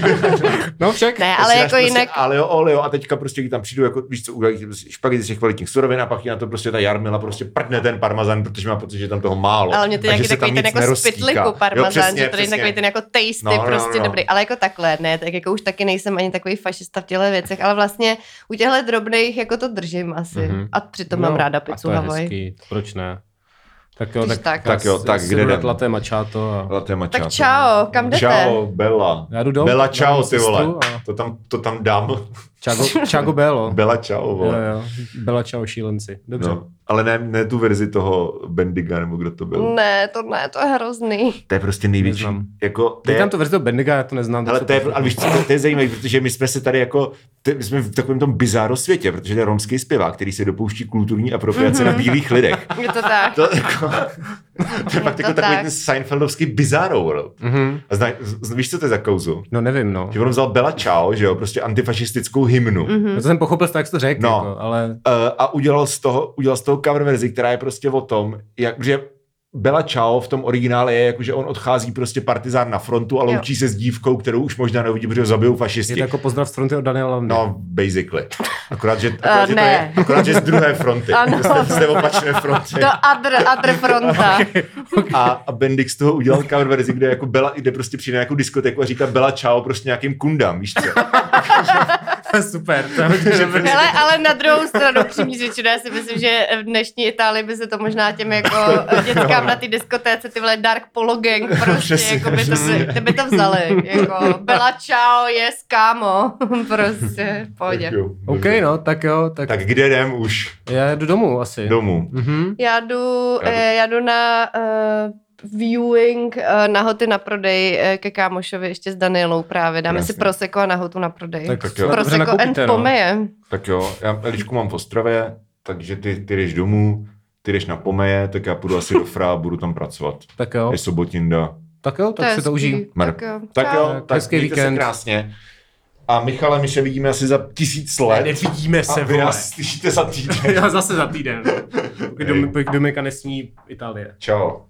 [SPEAKER 1] No však.
[SPEAKER 2] Ne,
[SPEAKER 3] Já
[SPEAKER 2] ale
[SPEAKER 3] si dáš
[SPEAKER 2] jako
[SPEAKER 3] prostě
[SPEAKER 2] jinak...
[SPEAKER 3] Alio, olio a teďka prostě ti tam přijdu, jako víš co, udělají ti prostě špagety z těch kvalitních surovin a pak ti na to prostě ta jarmila prostě prdne ten parmazán, protože má pocit, že je tam toho málo.
[SPEAKER 2] Ale mě to
[SPEAKER 3] A že
[SPEAKER 2] nějaký
[SPEAKER 3] se tam
[SPEAKER 2] takový ten
[SPEAKER 3] nic
[SPEAKER 2] jako
[SPEAKER 3] neroztýká.
[SPEAKER 2] spytliku
[SPEAKER 3] Jo,
[SPEAKER 2] parmazán,
[SPEAKER 3] přesně,
[SPEAKER 2] že to je
[SPEAKER 3] přesně.
[SPEAKER 2] takový ten jako tasty
[SPEAKER 3] No, no,
[SPEAKER 2] prostě
[SPEAKER 3] no.
[SPEAKER 2] dobrý. Ale jako takhle, ne, tak jako už taky nejsem ani takový fašista v těchto věcech, ale vlastně u těchto drobných jako to držím asi.
[SPEAKER 1] Mhm.
[SPEAKER 2] Mm-hmm. A přitom mám
[SPEAKER 1] No,
[SPEAKER 2] ráda
[SPEAKER 1] a
[SPEAKER 2] pizzu
[SPEAKER 1] to je
[SPEAKER 2] Havaj.
[SPEAKER 1] hezký, Proč ne? Tak jo,
[SPEAKER 2] Když
[SPEAKER 1] tak,
[SPEAKER 2] tak.
[SPEAKER 3] Tak jo,
[SPEAKER 1] s-
[SPEAKER 3] tak
[SPEAKER 1] si
[SPEAKER 3] kde
[SPEAKER 1] budu
[SPEAKER 3] jdem?
[SPEAKER 1] dát Latte macchiato a...
[SPEAKER 3] Ale to je mačáto.
[SPEAKER 2] Tak čau, kam jdete?
[SPEAKER 3] Čau, Bella.
[SPEAKER 1] Já jdu domů,
[SPEAKER 3] Bella
[SPEAKER 1] dám
[SPEAKER 3] čau, ty
[SPEAKER 1] sestru
[SPEAKER 3] vole.
[SPEAKER 1] a-
[SPEAKER 3] To, tam, to tam dám.
[SPEAKER 1] Čago, Čago Belo.
[SPEAKER 3] Bella čau,
[SPEAKER 1] Jo,
[SPEAKER 3] vole.
[SPEAKER 1] jo. Bela čau šílenci. Dobře.
[SPEAKER 3] No. Ale ne, ne tu verzi toho Bendiga, nebo kdo to byl.
[SPEAKER 2] Ne, to ne, to je hrozný.
[SPEAKER 3] To je prostě největší.
[SPEAKER 1] Neznám.
[SPEAKER 3] Jako, to
[SPEAKER 1] Teď
[SPEAKER 3] je,
[SPEAKER 1] tam to verzi do Bendiga, já to neznám.
[SPEAKER 3] ale,
[SPEAKER 1] co
[SPEAKER 3] to je, ale víš, co, to, to je zajímavé, protože my jsme se tady jako, to, my jsme v takovém tom bizáro světě, protože to je romský zpěvák, který se dopouští kulturní apropriace na bílých lidech.
[SPEAKER 2] Je to tak.
[SPEAKER 3] To, jako, <laughs> to je
[SPEAKER 2] Je
[SPEAKER 3] fakt
[SPEAKER 2] to
[SPEAKER 3] jako takový
[SPEAKER 2] tak.
[SPEAKER 3] ten Seinfeldovský bizarro world.
[SPEAKER 1] Mhm.
[SPEAKER 3] A zna, z, víš, co to je za kauzu?
[SPEAKER 1] No nevím, no.
[SPEAKER 3] Že on vzal Bella Ciao, že jo, prostě antifašistickou hymnu.
[SPEAKER 2] Mhm.
[SPEAKER 1] No To jsem pochopil z toho, jak jsi to řekl,
[SPEAKER 3] No.
[SPEAKER 1] jako, ale
[SPEAKER 3] Eh, a udělal z toho, udělal z toho cover verzi, která je prostě o tom, jak, že Bela Čao v tom originále je, jako, že on odchází prostě partizán na frontu a
[SPEAKER 2] Jo.
[SPEAKER 3] loučí se s dívkou, kterou už možná neuvidí, protože ho zabijou fašisti.
[SPEAKER 1] Je to jako pozdrav z fronty od Daniela Landy.
[SPEAKER 3] No, basically. Akorát, že, akorát, že, to
[SPEAKER 2] Eh, ne.
[SPEAKER 3] je, akorát, že z druhé fronty.
[SPEAKER 2] Ano.
[SPEAKER 3] Jste, jste v opačné fronty.
[SPEAKER 2] Do adr, adr fronta.
[SPEAKER 3] A, a Bendix toho udělal cover verzi, kde jako Bela, kde prostě přijde na nějakou diskotéku a říká Bela Čao prostě nějakým
[SPEAKER 2] <laughs>
[SPEAKER 3] kundám, víš co?
[SPEAKER 1] <laughs> Super, to je hodně
[SPEAKER 3] Že <laughs>
[SPEAKER 1] dobrý.
[SPEAKER 2] Hele, ale na druhou stranu přímě řečeno, já si myslím, že v dnešní Itálii by se to možná těm
[SPEAKER 3] <laughs>
[SPEAKER 2] jako dětskám na ty diskotéce, ty vole dark polo gang, prostě,
[SPEAKER 3] No, Přesně,
[SPEAKER 2] jako by to,
[SPEAKER 3] přesně.
[SPEAKER 2] by, ty by to vzali, jako Bella Ciao je yes, kámo, <laughs> prostě, v pohodě.
[SPEAKER 3] Tak jo,
[SPEAKER 1] OK,
[SPEAKER 3] dobře.
[SPEAKER 1] no, tak jo, tak,
[SPEAKER 3] Tak kde jdem už?
[SPEAKER 1] já jdu domů asi.
[SPEAKER 3] Domů.
[SPEAKER 1] Mhm.
[SPEAKER 2] Já jdu,
[SPEAKER 3] Já jdu.
[SPEAKER 2] eh, já jdu na eh, viewing eh, nahoty na prodej eh, ke kámošovi ještě s Danielou právě. Dáme si
[SPEAKER 3] Krásně.
[SPEAKER 2] proseko a nahotu na prodej.
[SPEAKER 1] Tak,
[SPEAKER 3] Tak
[SPEAKER 1] tak
[SPEAKER 3] jo.
[SPEAKER 1] jo. dobře
[SPEAKER 2] proseko and
[SPEAKER 1] nakoupíte, no.
[SPEAKER 2] pomeje.
[SPEAKER 3] Tak jo, já Elišku mám v Ostravě, takže ty, ty jdeš domů, ty jdeš na Pomeje, tak já půjdu asi do Fra a budu tam pracovat.
[SPEAKER 1] Tak jo,
[SPEAKER 3] Je sobotinda.
[SPEAKER 1] tak jo,
[SPEAKER 2] je
[SPEAKER 1] tak si to
[SPEAKER 2] hezký.
[SPEAKER 1] užij.
[SPEAKER 3] Mer.
[SPEAKER 2] Tak jo.
[SPEAKER 3] Tak
[SPEAKER 2] Čau.
[SPEAKER 3] jo, tak
[SPEAKER 1] Hezký
[SPEAKER 3] mějte se
[SPEAKER 1] víkend.
[SPEAKER 3] krásně. A Michale, my se vidíme asi za tisíc let.
[SPEAKER 1] Nevidíme
[SPEAKER 3] a vy
[SPEAKER 1] <laughs>
[SPEAKER 3] nás <laughs> slyšíte za týden.
[SPEAKER 1] Já zase za týden.
[SPEAKER 3] Hej.
[SPEAKER 1] Kdo, kdo mi nesní Itálie.
[SPEAKER 3] Čau.